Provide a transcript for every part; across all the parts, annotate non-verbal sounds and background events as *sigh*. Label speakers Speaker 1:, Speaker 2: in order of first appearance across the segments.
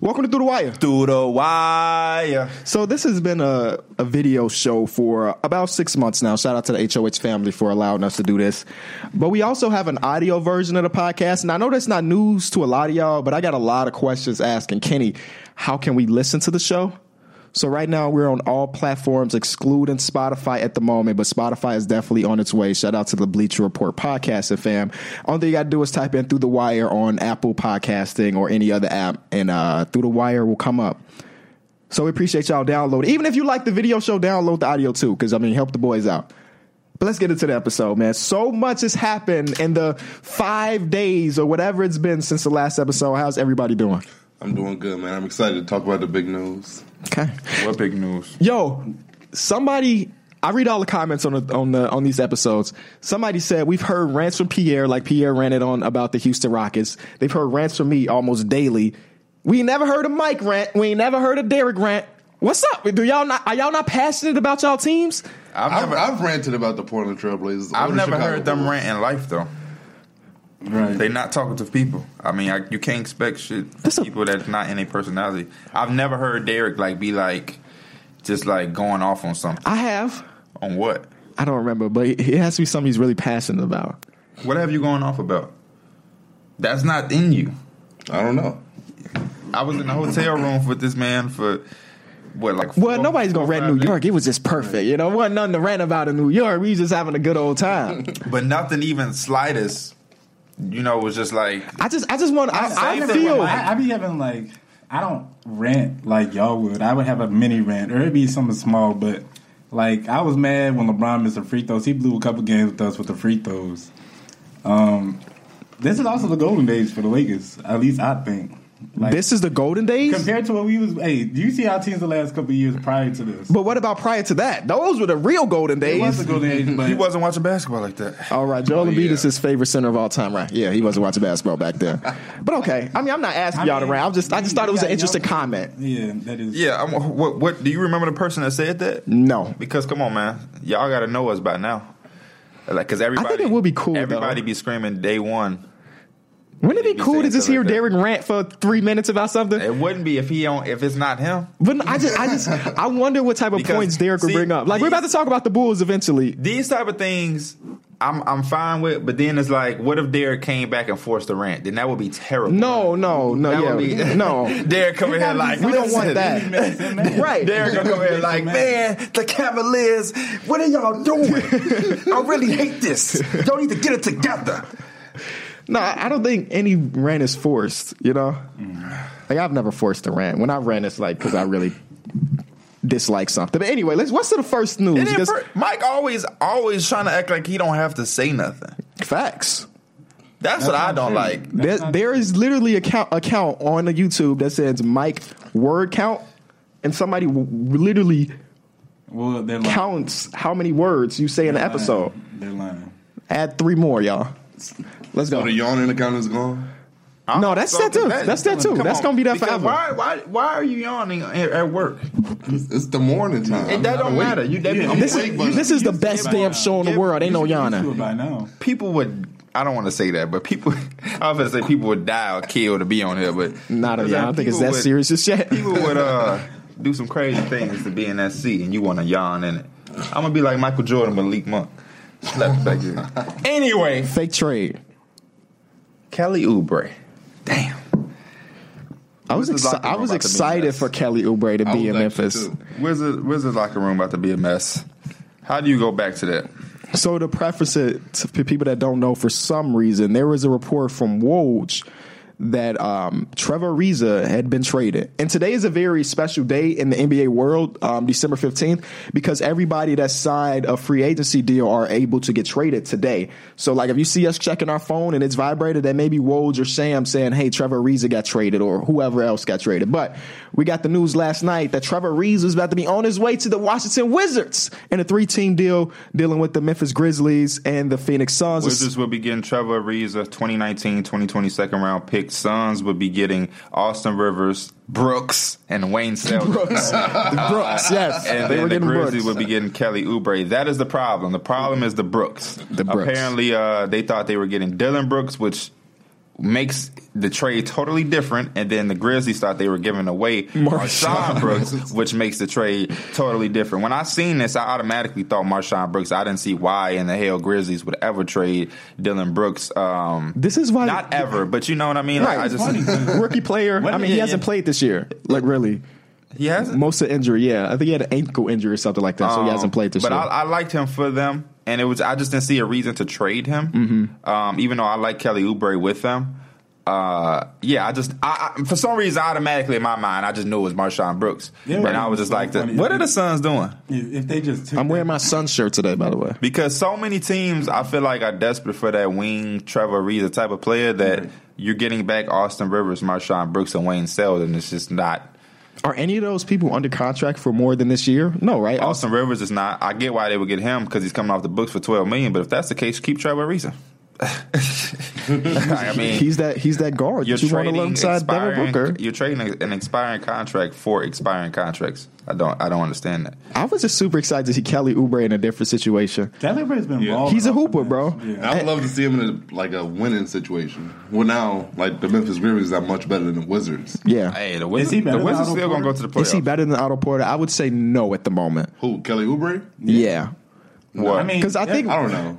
Speaker 1: Welcome to Through the Wire.
Speaker 2: Through the wire.
Speaker 1: So this has been a, a video show for about six months now. Shout out to the HOH family for allowing us to do this. But we also have an audio version of the podcast. And I know that's not news to a lot of y'all, but I got a lot of questions asking Kenny, how can we listen to the show? So right now we're on all platforms, excluding Spotify at the moment, but Spotify is definitely on its way. Shout out to the Bleacher Report podcast and fam. Only thing you gotta do is type in through the wire on Apple Podcasting or any other app, and uh, through the wire will come up. So we appreciate y'all downloading. Even if you like the video show, download the audio too, because I mean, help the boys out. But let's get into the episode, man. So much has happened in the five days or whatever it's been since the last episode. How's everybody doing?
Speaker 3: I'm doing good, man. I'm excited to talk about the big news.
Speaker 1: Okay.
Speaker 2: What big news?
Speaker 1: Yo, somebody. I read all the comments on the, on the on these episodes. Somebody said we've heard rants from Pierre, like Pierre ranted on about the Houston Rockets. They've heard rants from me almost daily. We ain't never heard a Mike rant. We ain't never heard a Derek rant. What's up? Do y'all not are y'all not passionate about y'all teams?
Speaker 2: I've
Speaker 3: I've,
Speaker 2: never,
Speaker 3: I've ranted about the Portland Trailblazers. or
Speaker 2: I've
Speaker 3: the
Speaker 2: never
Speaker 3: Chicago
Speaker 2: heard them
Speaker 3: Bulls.
Speaker 2: rant in life though.
Speaker 3: Right.
Speaker 2: They not talkative people. I mean, I, you can't expect shit from
Speaker 1: That's a-
Speaker 2: people that's not in their personality. I've never heard Derek like be like, just like going off on something.
Speaker 1: I have.
Speaker 2: On what?
Speaker 1: I don't remember, but it has to be something he's really passionate about.
Speaker 2: What have you going off about? That's not in you.
Speaker 3: I don't know.
Speaker 2: I was in a hotel room with this man for what, like?
Speaker 1: Well,
Speaker 2: four-
Speaker 1: nobody's gonna
Speaker 2: four,
Speaker 1: rant
Speaker 2: five
Speaker 1: New
Speaker 2: days?
Speaker 1: York. It was just perfect, you know. wasn't nothing to rant about in New York. We was just having a good old *laughs* time.
Speaker 2: but nothing even slightest. You know, was just like
Speaker 1: I just, I just want. I, I
Speaker 2: Same thing
Speaker 1: feel.
Speaker 2: with Mike.
Speaker 4: I, I be having like I don't rant like y'all would. I would have a mini rant, or it'd be something small. But like I was mad when LeBron missed the free throws. He blew a couple games with us with the free throws. Um, this is also the golden days for the Lakers. At least I think. Like
Speaker 1: This is the golden days.
Speaker 4: compared to what we was. Hey, do you see our teams the last couple of years prior to this?
Speaker 1: But what about prior to that? Those were the real golden
Speaker 4: It was
Speaker 1: days.
Speaker 4: the golden
Speaker 1: *laughs*
Speaker 4: age, but
Speaker 2: he wasn't watching basketball like that.
Speaker 1: All right,
Speaker 2: Oh,
Speaker 1: Joel Embiid
Speaker 3: yeah.
Speaker 1: is his favorite center of all time, right? Yeah, he wasn't watching basketball back then. *laughs* But okay, I mean, I'm not asking
Speaker 4: I
Speaker 1: y'all to
Speaker 4: mean,
Speaker 1: rant. I'm just, I just
Speaker 4: we-
Speaker 1: thought it
Speaker 4: we
Speaker 1: was an
Speaker 4: got
Speaker 1: interesting
Speaker 4: young-
Speaker 1: comment.
Speaker 4: Yeah, that is.
Speaker 2: Yeah, I'm, what what do you remember the person that said that?
Speaker 1: No,
Speaker 2: Because come on, man, y'all gotta know us by now. Like, cause everybody,
Speaker 1: it would be cool,
Speaker 2: Everybody
Speaker 1: though.
Speaker 2: be screaming day one.
Speaker 1: wouldn't it
Speaker 2: He'd
Speaker 1: be
Speaker 2: be
Speaker 1: cool to
Speaker 2: saying
Speaker 1: just
Speaker 2: stuff
Speaker 1: hear
Speaker 2: like that.
Speaker 1: Derek rant for three minutes about something?
Speaker 2: It wouldn't be if he on if it's not him.
Speaker 1: But no, I just, I
Speaker 2: *laughs*
Speaker 1: just, I wonder what type of
Speaker 2: Because,
Speaker 1: points Derek will
Speaker 2: see,
Speaker 1: bring up. Like we're
Speaker 2: these-
Speaker 1: about to talk about the Bulls eventually.
Speaker 2: These type of things, I'm I'm fine with. But then it's like, what if Derek came back and forced a rant? Then that would be terrible.
Speaker 1: No, no, no,
Speaker 2: That would
Speaker 1: yeah,
Speaker 2: be- *laughs*
Speaker 1: no.
Speaker 2: Derek coming here like
Speaker 1: We don't want that. *laughs* Right.
Speaker 2: Derek gonna come here like, man, the Cavaliers, what are y'all doing? I really hate this. Y'all need to get it together.
Speaker 1: No, I I don't think any rant is forced. You know, like I've never forced a rant. When I rant, it's like because I really dislike something. But anyway, let's. What's to the first news?
Speaker 2: And then
Speaker 1: Because-
Speaker 2: Fre- Mike always always trying to act like he don't have to say nothing.
Speaker 1: facts.
Speaker 2: That's, what I don't like.
Speaker 1: There, there is literally a count, a count on the YouTube that says Mike word count, and somebody w- literally
Speaker 4: Well, they're lying.
Speaker 1: counts how many words you say in an
Speaker 4: They're lying.
Speaker 1: episode.
Speaker 4: They're lying.
Speaker 1: Add three more, y'all. Let's
Speaker 3: So
Speaker 1: go.
Speaker 3: the yawning account is gone.
Speaker 1: No, that's that too. That's that too.
Speaker 2: come
Speaker 1: That's
Speaker 2: on.
Speaker 1: gonna be that
Speaker 2: Because
Speaker 1: forever.
Speaker 2: Why why why are you yawning at, at work?
Speaker 3: It's, it's the morning time.
Speaker 2: It, that don't matter. You that
Speaker 3: Yeah.
Speaker 1: This
Speaker 3: Wait, but-
Speaker 1: is this is the best
Speaker 4: Yeah,
Speaker 1: damn
Speaker 4: but-
Speaker 1: show in the
Speaker 2: yeah,
Speaker 1: world. Ain't no
Speaker 4: Do it
Speaker 1: Yana.
Speaker 4: by now.
Speaker 2: people would. I don't want to say that, but people. *laughs* I was gonna say people would die or kill to be on here, but
Speaker 1: Not a Yana. I don't think it's
Speaker 2: People
Speaker 1: that
Speaker 2: would-
Speaker 1: serious as shit.
Speaker 2: People would uh do some crazy things to be in that seat, and you want to yawn in it. I'm gonna be like Michael Jordan, Malik Monk. Slap it back *laughs* in. Anyway,
Speaker 1: Fake trade.
Speaker 2: Kelly Oubre. Damn.
Speaker 1: I was
Speaker 2: Wizards
Speaker 1: exci-
Speaker 2: locker
Speaker 1: I
Speaker 2: room
Speaker 1: was
Speaker 2: about to be a
Speaker 1: excited
Speaker 2: mess.
Speaker 1: for Kelly Oubre to
Speaker 3: I
Speaker 1: be in
Speaker 3: was actually
Speaker 1: Memphis.
Speaker 3: too.
Speaker 2: Where's the where's the locker room about to be a mess? How do you go back to that?
Speaker 1: So to preface it to p- people that don't know, for some reason there was a report from Woj that um, Trevor Ariza had been traded, and today is a very special day in the NBA world, um, December fifteenth, because everybody that signed a free agency deal are able to get traded today. So like if you see us checking our phone and it's vibrated, that maybe Woj or Sam saying, "Hey, Trevor Ariza got traded," or whoever else got traded. But we got the news last night that Trevor Ariza is about to be on his way to the Washington Wizards in a three-team deal dealing with the Memphis Grizzlies and the Phoenix Suns.
Speaker 2: Wizards will be getting Trevor Ariza, 2019, 2020 second round pick. Suns will be getting Austin Rivers, Brooks, and Wayne Selden.
Speaker 1: Brooks, The
Speaker 2: *laughs*
Speaker 1: Brooks, yes,
Speaker 2: And
Speaker 1: they were
Speaker 2: then the
Speaker 1: getting
Speaker 2: Grizzlies
Speaker 1: Brooks.
Speaker 2: will be getting Kelly Oubre. That is the problem. The problem is the Brooks.
Speaker 1: The Brooks.
Speaker 2: Apparently, uh, they thought they were getting Dylan Brooks, which makes the trade totally different, and then the Grizzlies thought they were giving away Marshawn Brooks, which makes the trade totally different. When I seen this, I automatically thought Marshawn Brooks. I didn't see why in the hell Grizzlies would ever trade Dylan Brooks. Um,
Speaker 1: This is why
Speaker 2: not ever, but you know what I mean. Like,
Speaker 1: Right,
Speaker 2: I just *laughs*
Speaker 1: rookie player. I mean, he
Speaker 2: yeah,
Speaker 1: hasn't
Speaker 2: yeah.
Speaker 1: played this year. Like really,
Speaker 2: he hasn't.
Speaker 1: most of the injury. Yeah, I think he had an ankle injury or something like that, so he hasn't played this
Speaker 2: Um, but
Speaker 1: year.
Speaker 2: I, I liked him for them, and it was I just didn't see a reason to trade him.
Speaker 1: Mm-hmm.
Speaker 2: Um, even though I like Kelly Oubre with them, uh, yeah, I just I, I, for some reason automatically in my mind I just knew it was Marshawn Brooks,
Speaker 4: Yeah,
Speaker 2: and
Speaker 4: right.
Speaker 2: I was just like,
Speaker 4: Funny.
Speaker 2: what are the Suns doing?
Speaker 4: If if they just took
Speaker 1: I'm wearing my Suns shirt today, by the way.
Speaker 2: Because so many teams, I feel like are desperate for that wing Trevor Reeves type of player that you're getting back Austin Rivers, Marshawn Brooks, and Wayne Sells, and it's just not.
Speaker 1: Are any of those people under contract for more than this year? No, right?
Speaker 2: Austin Rivers is not. I get why they would get him because he's coming off the books for twelve million. But if that's the case, keep Trevor Reason.
Speaker 1: *laughs*
Speaker 2: I mean,
Speaker 1: he's that he's that guard
Speaker 2: you're
Speaker 1: that you want
Speaker 2: trading
Speaker 1: alongside Devin
Speaker 2: expiring.
Speaker 1: Booker.
Speaker 2: You're trading an expiring contract for expiring contracts. I don't. I don't understand that.
Speaker 1: I was just super excited to see Kelly Oubre in a different situation.
Speaker 4: Kelly Oubre's been balling
Speaker 1: He's a
Speaker 4: off the
Speaker 1: hooper,
Speaker 4: bench.
Speaker 1: bro.
Speaker 4: Yeah.
Speaker 3: I would love to see him in a, like a winning situation. Well, now like the Memphis Grizzlies are much better than the Wizards.
Speaker 1: Yeah.
Speaker 2: Hey, the Wizards,
Speaker 4: he better
Speaker 2: the
Speaker 4: than
Speaker 2: Wizards
Speaker 4: Otto
Speaker 2: still gonna
Speaker 4: Porter?
Speaker 2: go to the playoffs.
Speaker 1: Is he better than Otto Porter? I would say no at the moment.
Speaker 3: Who? Kelly Oubre?
Speaker 1: Yeah.
Speaker 2: What?
Speaker 4: I mean,
Speaker 1: 'Cause I
Speaker 4: yeah,
Speaker 1: think-
Speaker 3: I don't know.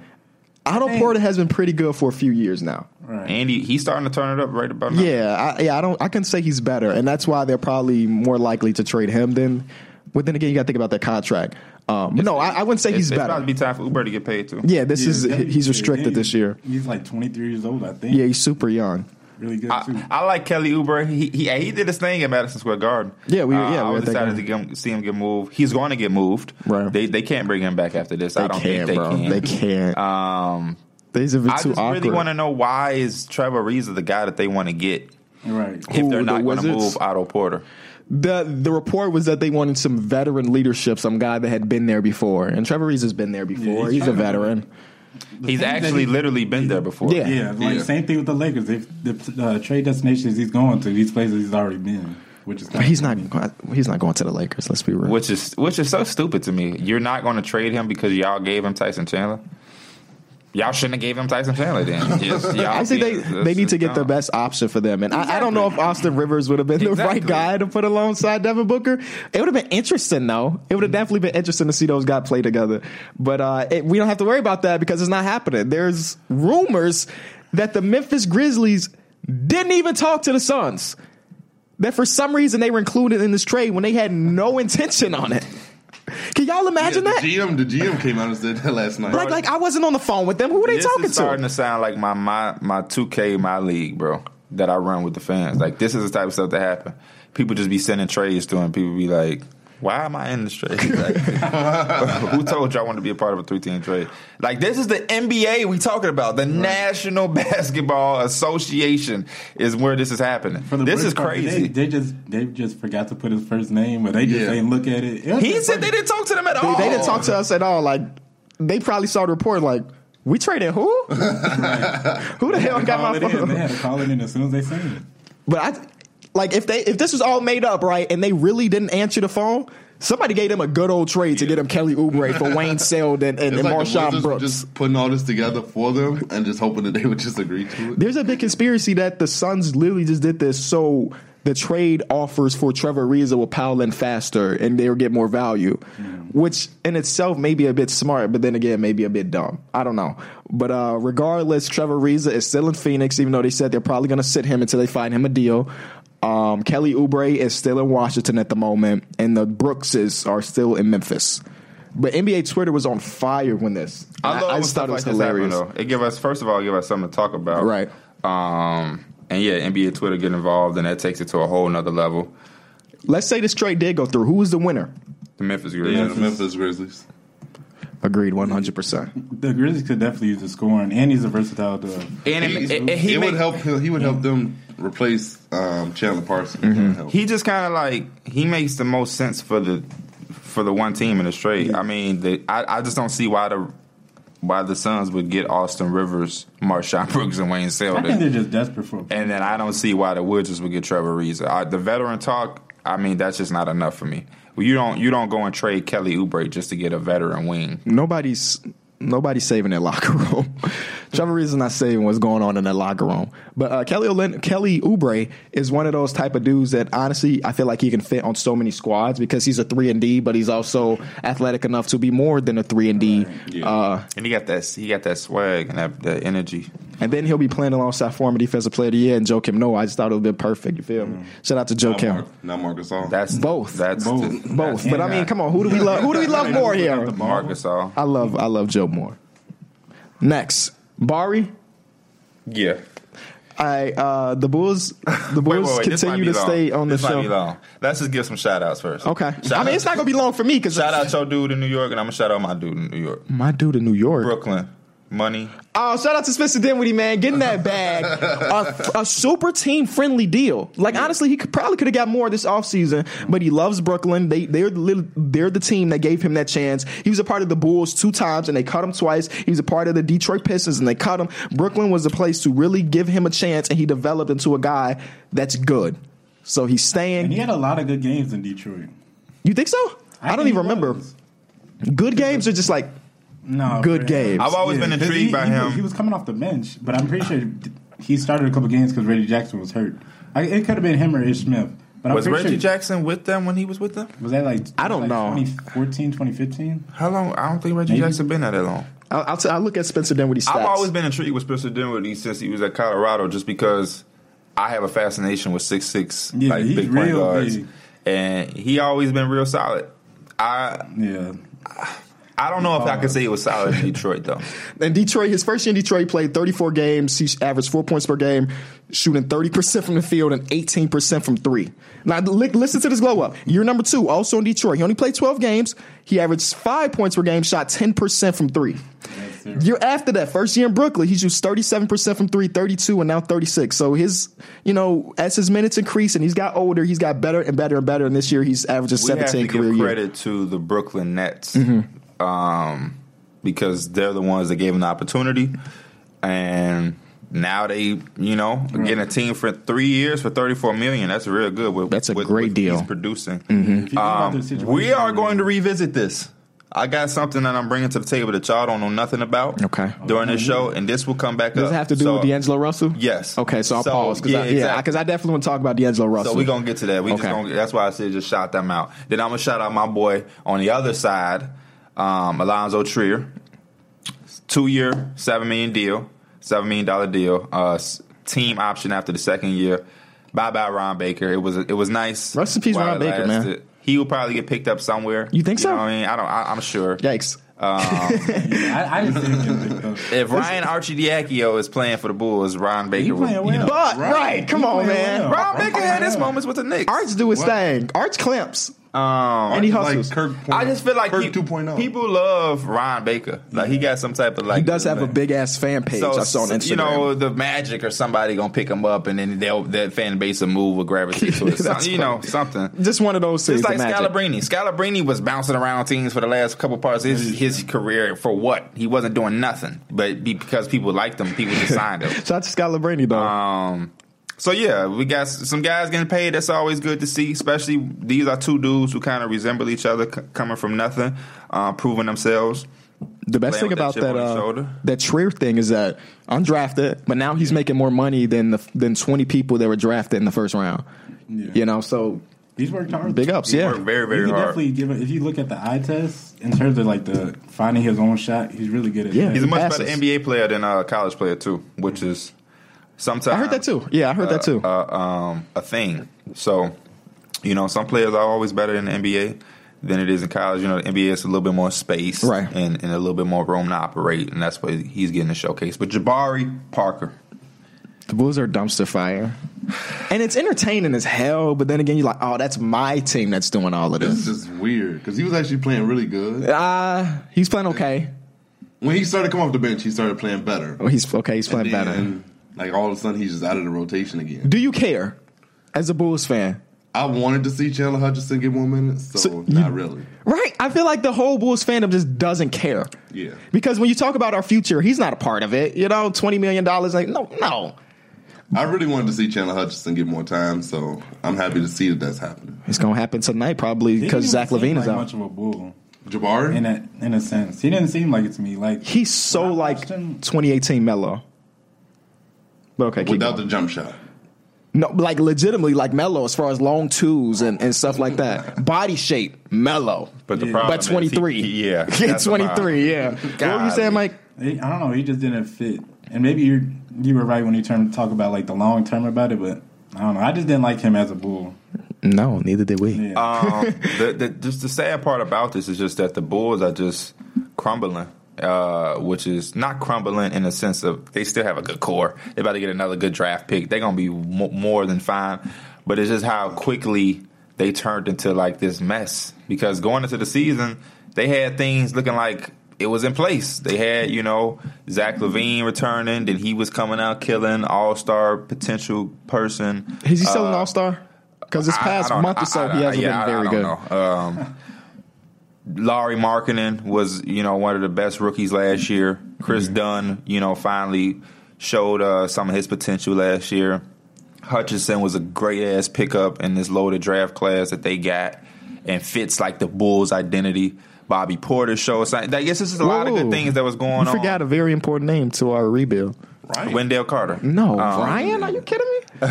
Speaker 1: Otto
Speaker 4: Hey.
Speaker 1: Porter has been pretty good for a few years now.
Speaker 4: right.
Speaker 2: Andy, he's starting to turn it up right about now.
Speaker 1: Yeah, I, yeah, I don't. I can say he's better, and that's why they're probably more likely to trade him than. But then again, you got to think about that contract. Um, but no, I, I wouldn't say
Speaker 2: It's-
Speaker 1: he's
Speaker 2: it's
Speaker 1: better.
Speaker 2: about to be time for Uber to get paid too.
Speaker 1: yeah, this
Speaker 4: Yeah,
Speaker 1: is
Speaker 4: Kelly
Speaker 1: he's
Speaker 4: Oubre,
Speaker 1: restricted
Speaker 4: he-
Speaker 1: this year.
Speaker 4: He's like 23 years old, I think.
Speaker 1: Yeah, he's super young.
Speaker 4: really good too.
Speaker 2: I, I like Kelly Oubre. He, he he did his thing at Madison Square Garden. Uh,
Speaker 1: Yeah, we- yeah,
Speaker 2: I
Speaker 1: we
Speaker 2: was
Speaker 1: had that
Speaker 2: excited
Speaker 1: game.
Speaker 2: to get him, see him get moved. He's going to get moved.
Speaker 1: Right.
Speaker 2: They they can't bring him back after this.
Speaker 1: They
Speaker 2: I don't
Speaker 1: can't,
Speaker 2: think they
Speaker 1: bro.
Speaker 2: can.
Speaker 1: They can't.
Speaker 2: Um,
Speaker 1: These are
Speaker 2: I
Speaker 1: too
Speaker 2: just
Speaker 1: awkward.
Speaker 2: really want to know why is Trevor Reza the guy that they want to get
Speaker 4: right.
Speaker 1: Who,
Speaker 2: if
Speaker 1: the
Speaker 2: they're not going to
Speaker 1: Wizards?
Speaker 2: move Otto Porter?
Speaker 1: the The report was that they wanted some veteran leadership, some guy that had been there before, and Trevor Reeves has been there before.
Speaker 4: he's
Speaker 1: he's a
Speaker 4: trying to-
Speaker 1: veteran.
Speaker 2: He's
Speaker 4: thing that
Speaker 2: actually
Speaker 4: he-
Speaker 2: literally been there before.
Speaker 1: Yeah.
Speaker 4: Yeah, like
Speaker 3: Yeah.
Speaker 4: same thing with the Lakers. If the uh, trade destinations he's going to, these places he's already been, which is
Speaker 1: But he's not. He's not going to the Lakers. Let's be real.
Speaker 2: Which is which is so stupid to me. You're not going to trade him because y'all gave him Tyson Chandler. Y'all shouldn't have gave him Tyson
Speaker 1: *laughs*
Speaker 2: Chandler then. Just, y'all
Speaker 1: I think they,
Speaker 2: did.
Speaker 1: they
Speaker 2: That's
Speaker 1: need to
Speaker 2: just
Speaker 1: get the
Speaker 2: dumb.
Speaker 1: best option for them. And I, I don't know if Austin Rivers would have been the
Speaker 2: Exactly.
Speaker 1: right guy to put alongside Devin Booker. It would have been interesting, though. It would
Speaker 2: Mm-hmm.
Speaker 1: have definitely been interesting to see those guys play together. But uh, it, we don't have to worry about that because it's not happening. There's rumors that the Memphis Grizzlies didn't even talk to the Suns. That for some reason they were included in this trade when they had no intention on it. Can y'all imagine
Speaker 3: Yeah,
Speaker 1: that?
Speaker 3: the GM, the GM came out and said that last night.
Speaker 1: like, like I wasn't on the phone with them. Who were they
Speaker 2: this
Speaker 1: talking
Speaker 2: is starting
Speaker 1: to?
Speaker 2: to sound like my my my 2K my league, bro. That I run with the fans. Like this is the type of stuff that happen. People just be sending trades to him. People be like, "Why am I in this trade? *laughs* Like, who told you I want to be a part of a three team trade? Like this is the NBA we talking about. The National *laughs* Basketball Association is where this is happening.
Speaker 4: For the
Speaker 2: This
Speaker 4: most
Speaker 2: is
Speaker 4: part,
Speaker 2: crazy.
Speaker 4: They, they just they just forgot to put his first name, or they just
Speaker 3: Yeah.
Speaker 4: didn't look at it. It was
Speaker 2: he
Speaker 4: just
Speaker 2: said
Speaker 4: like-
Speaker 2: they didn't talk to them at all.
Speaker 1: They didn't talk to us at all. Like they probably saw the report. Like we traded
Speaker 3: *laughs*
Speaker 1: who? who the hell
Speaker 4: They
Speaker 1: got
Speaker 4: called
Speaker 1: my
Speaker 4: it in. They
Speaker 1: phone?
Speaker 4: had to call it in as soon as they seen it.
Speaker 1: But I like if they if this was all made up, right? And they really didn't answer the phone. Somebody gave them a good old trade to get them Kelly Oubre for
Speaker 3: *laughs*
Speaker 1: Wayne Seld and, and,
Speaker 3: It's
Speaker 1: and
Speaker 3: like the
Speaker 1: Marshawn
Speaker 3: Wizards were
Speaker 1: Brooks.
Speaker 3: just putting all this together for them and just hoping that they would just agree to it.
Speaker 1: There's a big conspiracy that the Suns literally just did this so the trade offers for Trevor Reza will pile in faster and they'll get more value,
Speaker 2: Hmm.
Speaker 1: which in itself may be a bit smart, but then again, maybe a bit dumb. I don't know. But uh, regardless, Trevor Reza is still in Phoenix, even though they said they're probably going to sit him until they find him a deal. Um, Kelly Oubre is still in Washington at the moment, and the Brookses are still in Memphis. But NBA Twitter was on fire when this.
Speaker 2: I love
Speaker 1: I
Speaker 2: when
Speaker 1: just thought
Speaker 2: stuff
Speaker 1: it was
Speaker 2: like this happen,
Speaker 1: hilarious.
Speaker 2: though. It give us first of all, it give us something to talk about,
Speaker 1: Right.
Speaker 2: Um, and yeah, NBA Twitter get involved, and that takes it to a whole nother level.
Speaker 1: Let's say this trade did go through. Who was the winner?
Speaker 2: The Memphis
Speaker 3: Yeah,
Speaker 2: Grizzlies.
Speaker 3: the Memphis Grizzlies.
Speaker 1: Agreed, one hundred percent.
Speaker 4: The Grizzlies could definitely use the scoring, and he's a versatile dog.
Speaker 2: And it, it- it- he,
Speaker 3: It
Speaker 2: make- Mm-hmm.
Speaker 3: would help. He would help them replace um, Chandler Parsons. Help.
Speaker 2: he just kind of like he makes the most sense for the for the one team in the straight. I mean, the, I I just don't see why the why the Suns would get Austin Rivers, Marshawn *laughs* Brooks, and Wayne
Speaker 4: I think they're
Speaker 2: Selden,
Speaker 4: just desperate for. A,
Speaker 2: and then I don't see why the Wizards would get Trevor Reza. I, the veteran talk, I mean, that's just not enough for me. You don't you don't go and trade Kelly Oubre just to get a veteran wing.
Speaker 1: Nobody's Nobody's saving that locker room. *laughs* Trevor Reeves is not saving what's going on in that locker room. But uh, Kelly Olin- Kelly Oubre is one of those type of dudes that honestly I feel like he can fit on so many squads because he's a three and D, but he's also athletic enough to be more than a three and D.
Speaker 3: Yeah.
Speaker 1: Uh,
Speaker 2: And he got that he got that swag and that, that energy.
Speaker 1: and then he'll be playing alongside former defensive player of the year and Joe Kim Noah. I just thought it would be perfect. You feel me? Shout out to Joe
Speaker 3: Not,
Speaker 1: Kim.
Speaker 3: Mark, not Marcus All.
Speaker 2: That's
Speaker 1: Both.
Speaker 2: That's
Speaker 4: Both.
Speaker 2: The,
Speaker 1: Both.
Speaker 2: That's
Speaker 1: But I mean, come on, who do we love? Who do we love more here?
Speaker 2: Marcus all.
Speaker 1: I love I love Joe Moore. Next, Bari.
Speaker 2: Yeah.
Speaker 1: I uh, the Bulls the
Speaker 2: Wait,
Speaker 1: Bulls
Speaker 2: wait, wait. This might
Speaker 1: continue
Speaker 2: be
Speaker 1: to
Speaker 2: long.
Speaker 1: stay on the
Speaker 2: this might be
Speaker 1: show.
Speaker 2: long. Let's just give some shout outs first.
Speaker 1: Okay,
Speaker 2: Shout
Speaker 1: I mean
Speaker 2: out-
Speaker 1: it's not gonna be long for me because
Speaker 2: Shout out your dude in New York, and I'm gonna shout out my dude in New York,
Speaker 1: my dude in New York.
Speaker 2: Brooklyn, money.
Speaker 1: Oh, shout out to Spencer Dinwiddie, man, getting
Speaker 2: *laughs*
Speaker 1: that bag, a, a super team friendly deal. Like honestly, he could, probably could have got more this offseason, but he loves Brooklyn. They they're the little, they're the team that gave him that chance. He was a part of the Bulls two times and they cut him twice. He was a part of the Detroit Pistons and they cut him. Brooklyn was the place to really give him a chance, and he developed into a guy that's good. So he's staying.
Speaker 4: And he had a lot of good games in Detroit.
Speaker 1: You think so? I, don't
Speaker 4: think
Speaker 1: even
Speaker 4: he
Speaker 1: remember.
Speaker 4: was.
Speaker 1: Good games are just like
Speaker 4: No,
Speaker 1: Good
Speaker 4: for-
Speaker 1: games.
Speaker 2: I've always been
Speaker 4: 'cause
Speaker 2: intrigued
Speaker 4: he-
Speaker 2: by
Speaker 4: he
Speaker 2: him.
Speaker 4: Was, he was coming off the bench, but I'm pretty sure he started a couple games because Reggie Jackson was hurt. I, it could have been him or Ish Smith. But
Speaker 2: Was
Speaker 4: I'm pretty
Speaker 2: Reggie
Speaker 4: sure,
Speaker 2: Jackson with them when he was with them?
Speaker 4: Was that like
Speaker 1: I don't
Speaker 4: like
Speaker 1: know.
Speaker 4: 2014, 2015?
Speaker 2: How long? I don't think Reggie
Speaker 4: Maybe.
Speaker 2: Jackson been there that long.
Speaker 1: I'll, I'll, t- I'll look at Spencer Dinwiddie's stats.
Speaker 2: I've always been intrigued with Spencer Dinwiddie since he was at Colorado, just because I have a fascination with six six
Speaker 4: Yeah,
Speaker 2: like
Speaker 4: he's
Speaker 2: big point
Speaker 4: real
Speaker 2: guards,
Speaker 4: big.
Speaker 2: and he always been real solid. I
Speaker 4: Yeah,
Speaker 2: I don't know if
Speaker 4: Oh.
Speaker 2: I could say he was solid in Detroit though.
Speaker 1: in Detroit, his first year in Detroit, he played 34 games. He averaged four points per game, shooting 30% from the field and 18% from three. Now, li- listen to this glow up. Year number two, also in Detroit. He only played 12 games. He averaged five points per game, shot 10% from three. Year after that, first year in Brooklyn, he shoots 37% from three, 32, and now 36. So his, you know, as his minutes increase and he's got older, he's got better and better and better. And this year, he's averaging
Speaker 2: We have
Speaker 1: 17 career
Speaker 2: to give
Speaker 1: year. Mm-hmm.
Speaker 2: credit to the Brooklyn Nets um, because they're the ones that gave him the opportunity, and now they, you know, getting a team for three years for thirty four million. That's real good. With,
Speaker 1: That's a
Speaker 2: with-
Speaker 1: great
Speaker 2: with he's
Speaker 1: deal. Mm-hmm.
Speaker 2: producing.
Speaker 4: If you think about their situation,
Speaker 2: Um, We are going to revisit this. I got something that I'm bringing to the table that y'all don't know nothing about.
Speaker 1: Okay.
Speaker 2: During this show, and this will come back up.
Speaker 1: Does it have to do
Speaker 2: So-
Speaker 1: with D'Angelo Russell?
Speaker 2: Yes.
Speaker 1: Okay, so I'll
Speaker 2: So,
Speaker 1: pause because
Speaker 2: yeah,
Speaker 1: I,
Speaker 2: exactly.
Speaker 1: yeah, 'cause I definitely want to talk about D'Angelo Russell.
Speaker 2: So we're gonna get to that. We
Speaker 1: Okay.
Speaker 2: just gonna, that's why I said just shout them out. Then I'm gonna shout out my boy on the other side, um, Alonzo Trier. Two year, seven million deal, seven million dollar deal, uh s- team option after the second year. Bye bye Ron Baker. It was it was nice.
Speaker 1: Rest in peace,
Speaker 2: while
Speaker 1: Ron
Speaker 2: it
Speaker 1: Baker, man.
Speaker 2: lasted. He will probably get picked up somewhere.
Speaker 1: You think so?
Speaker 2: know what I mean, I don't I, I'm sure.
Speaker 1: Yikes.
Speaker 4: I, I didn't see him get
Speaker 2: *laughs*
Speaker 4: picked up.
Speaker 2: If Ryan Archidiakio is playing for the Bulls, Ron Baker
Speaker 4: He
Speaker 2: will-
Speaker 4: playing
Speaker 2: you
Speaker 4: well.
Speaker 2: know.
Speaker 1: But right,
Speaker 4: Right.
Speaker 1: come
Speaker 4: He
Speaker 1: on,
Speaker 4: playing
Speaker 1: man.
Speaker 4: well.
Speaker 1: Right.
Speaker 2: Ron Baker had his moments with the Knicks.
Speaker 1: Arch do his thing. Arch clamps.
Speaker 2: Um,
Speaker 1: and he hustles.
Speaker 3: Like Kirk point,
Speaker 2: I just feel like
Speaker 3: Kirk oh.
Speaker 2: he-
Speaker 3: 2.0.
Speaker 2: people love Ron Baker. Like he got some type of like
Speaker 1: he does have a big ass fan page. I saw on Instagram.
Speaker 2: you know the Magic or somebody gonna pick him up and then they'll that fan base will move or gravitate to it.
Speaker 1: *laughs*
Speaker 2: Some-
Speaker 1: That's
Speaker 2: you know something.
Speaker 1: just one of those things.
Speaker 2: It's like
Speaker 1: the magic.
Speaker 2: Scalabrini. Scalabrini was bouncing around teams for the last couple parts of his, his career for what? He wasn't doing nothing, but be- because people liked him, people just signed him.
Speaker 1: Shout out to Scalabrini though.
Speaker 2: Um, so yeah, we got s- some guys getting paid. That's always good to see. Especially these are two dudes who kind of resemble each other, c- coming from nothing, uh, proving themselves.
Speaker 1: the best thing
Speaker 2: playing with that
Speaker 1: about
Speaker 2: chip
Speaker 1: that
Speaker 2: on his
Speaker 1: uh,
Speaker 2: shoulder.
Speaker 1: that Trier thing is that undrafted, but now he's making more money than the than twenty people that were drafted in the first round.
Speaker 4: Yeah.
Speaker 1: You know, so
Speaker 4: He's worked hard.
Speaker 1: big ups.
Speaker 2: Work
Speaker 1: Yeah,
Speaker 2: very, very
Speaker 4: you could
Speaker 2: hard.
Speaker 4: definitely give. A, if you look at the eye test in terms of like the finding his own shot, he's really good at.
Speaker 1: Yeah.
Speaker 4: that.
Speaker 2: He's a much
Speaker 1: passes.
Speaker 2: better NBA player than a college player too, which is sometimes
Speaker 1: I heard that too. Yeah, I heard that too.
Speaker 2: uh, um, a thing. So, you know, some players are always better in the NBA than it is in college. You know, the NBA is a little bit more space
Speaker 1: Right.
Speaker 2: and, and a little bit more room to operate, and that's why he's getting a showcase. But Jabari Parker,
Speaker 1: The Bulls are dumpster fire. And it's entertaining as hell, but then again, you're like, oh, that's my team that's doing all of
Speaker 3: It's
Speaker 1: this.
Speaker 3: just weird because he was actually playing really good.
Speaker 1: Uh, he's playing okay.
Speaker 3: When he started coming off the bench, he started playing better.
Speaker 1: Oh, he's okay, he's playing better.
Speaker 3: And, like all of a sudden, he's just out of the rotation again.
Speaker 1: Do you care as a Bulls fan?
Speaker 3: I wanted to see Chandler Hutchinson get more minutes, so,
Speaker 1: So
Speaker 3: not
Speaker 1: you-
Speaker 3: really.
Speaker 1: Right? I feel like the whole Bulls fandom just doesn't care.
Speaker 3: Yeah.
Speaker 1: Because when you talk about our future, he's not a part of it. You know, $20 million, like, no, no.
Speaker 3: I really wanted to see Chandler Hutchinson get more time, so I'm happy to see that that's happening.
Speaker 1: It's going to happen tonight, probably,
Speaker 4: He
Speaker 1: because
Speaker 4: didn't
Speaker 1: Zach
Speaker 4: even
Speaker 1: Levine
Speaker 4: seem
Speaker 1: is
Speaker 4: like
Speaker 1: out.
Speaker 4: Much of a bull.
Speaker 3: Jabari?
Speaker 4: in a in a sense. He didn't seem like it to me. Like
Speaker 1: He's so
Speaker 4: Well, I
Speaker 1: like
Speaker 4: watched him-
Speaker 1: 2018 Mello. But okay, keep
Speaker 3: Without
Speaker 1: going.
Speaker 3: the jump shot.
Speaker 1: No, like legitimately, like mellow as far as long twos and, and stuff like that. Body shape, mellow.
Speaker 2: But the
Speaker 4: Yeah.
Speaker 2: problem
Speaker 1: But
Speaker 2: is
Speaker 1: 23.
Speaker 2: he- he-
Speaker 1: *laughs*
Speaker 2: yeah,
Speaker 1: yeah,
Speaker 2: that's the problem.
Speaker 1: 23,
Speaker 2: *laughs*
Speaker 1: yeah. What were you
Speaker 2: Golly.
Speaker 1: saying, Mike?
Speaker 4: he, I don't know. He just didn't fit. And maybe you you were right when you turned talk about like the long term about it, but I don't know. I just didn't like him as a bull.
Speaker 1: No, neither did we.
Speaker 4: Yeah.
Speaker 2: um, the, the, just the sad part about this is just that the Bulls are just crumbling, uh, which is not crumbling in the sense of they still have a good core. They're about to get another good draft pick. They're going to be mo more than fine. But it's just how quickly they turned into like this mess because going into the season, they had things looking like it was in place. They had, you know, Zach Levine returning, then he was coming out killing all star potential person.
Speaker 1: Is he still an all star? Because this
Speaker 2: Uh, I- I
Speaker 1: past
Speaker 2: don't-
Speaker 1: month
Speaker 2: I-
Speaker 1: or so,
Speaker 2: I-
Speaker 1: he hasn't
Speaker 2: yeah, I- I
Speaker 1: been very
Speaker 2: don't
Speaker 1: good.
Speaker 2: know. Um, Laurie Markkinen was, you know, one of the best rookies last year.
Speaker 1: Mm-hmm.
Speaker 2: Chris Dunn, you know, finally showed uh, some of his potential last year. Hutchinson was a great ass pickup in this loaded draft class that they got, and fits like the Bulls' identity. Bobby Porter showed something. I guess this is a lot of
Speaker 1: Whoa.
Speaker 2: good things that was going
Speaker 1: You
Speaker 2: on.
Speaker 1: forgot a very important name to our rebuild.
Speaker 3: Right.
Speaker 2: Wendell Carter.
Speaker 1: No,
Speaker 2: Um,
Speaker 1: Ryan, are you kidding me?
Speaker 2: so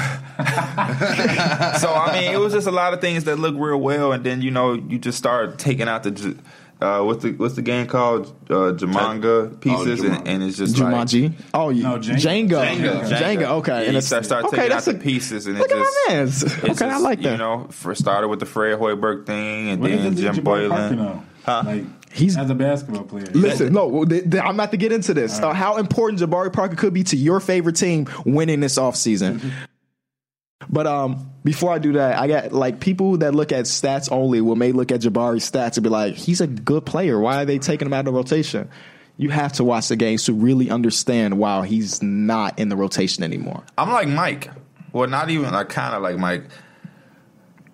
Speaker 2: I mean, it was just a lot of things that looked real well, and then you know you just start taking out the j- uh, what's the what's the game called uh,
Speaker 4: Oh,
Speaker 2: Jamanga pieces,
Speaker 3: Jumanji.
Speaker 2: and, and it's just
Speaker 1: Jumanji. oh, you,
Speaker 4: No,
Speaker 1: Jenga.
Speaker 4: Jenga.
Speaker 1: Jenga.
Speaker 3: Jenga.
Speaker 2: Jenga.
Speaker 1: Okay,
Speaker 2: Yeah, you start, start taking out the pieces, and
Speaker 1: Look
Speaker 2: it's
Speaker 1: at
Speaker 2: just,
Speaker 1: my man's. Okay,
Speaker 2: it's
Speaker 1: I
Speaker 2: just,
Speaker 1: like that.
Speaker 2: You know, for started with the Fred Hoiberg thing, and
Speaker 4: What did
Speaker 2: then
Speaker 4: they do
Speaker 2: Jim
Speaker 4: Jabari Parker
Speaker 2: Boylan.
Speaker 4: now? Like
Speaker 1: He's-
Speaker 4: he's as a basketball player.
Speaker 1: Listen, no, well, th- th- I'm about to get into this. Uh, how important Jabari Parker could be to your favorite team winning this offseason. But um, before I do that, I got like people that look at stats only will may look at Jabari's stats and be like, he's a good player. Why are they taking him out of the rotation? You have to watch the games to really understand. Wow, he's not in the rotation anymore.
Speaker 2: I'm like Mike. Well, not even like kind of like Mike.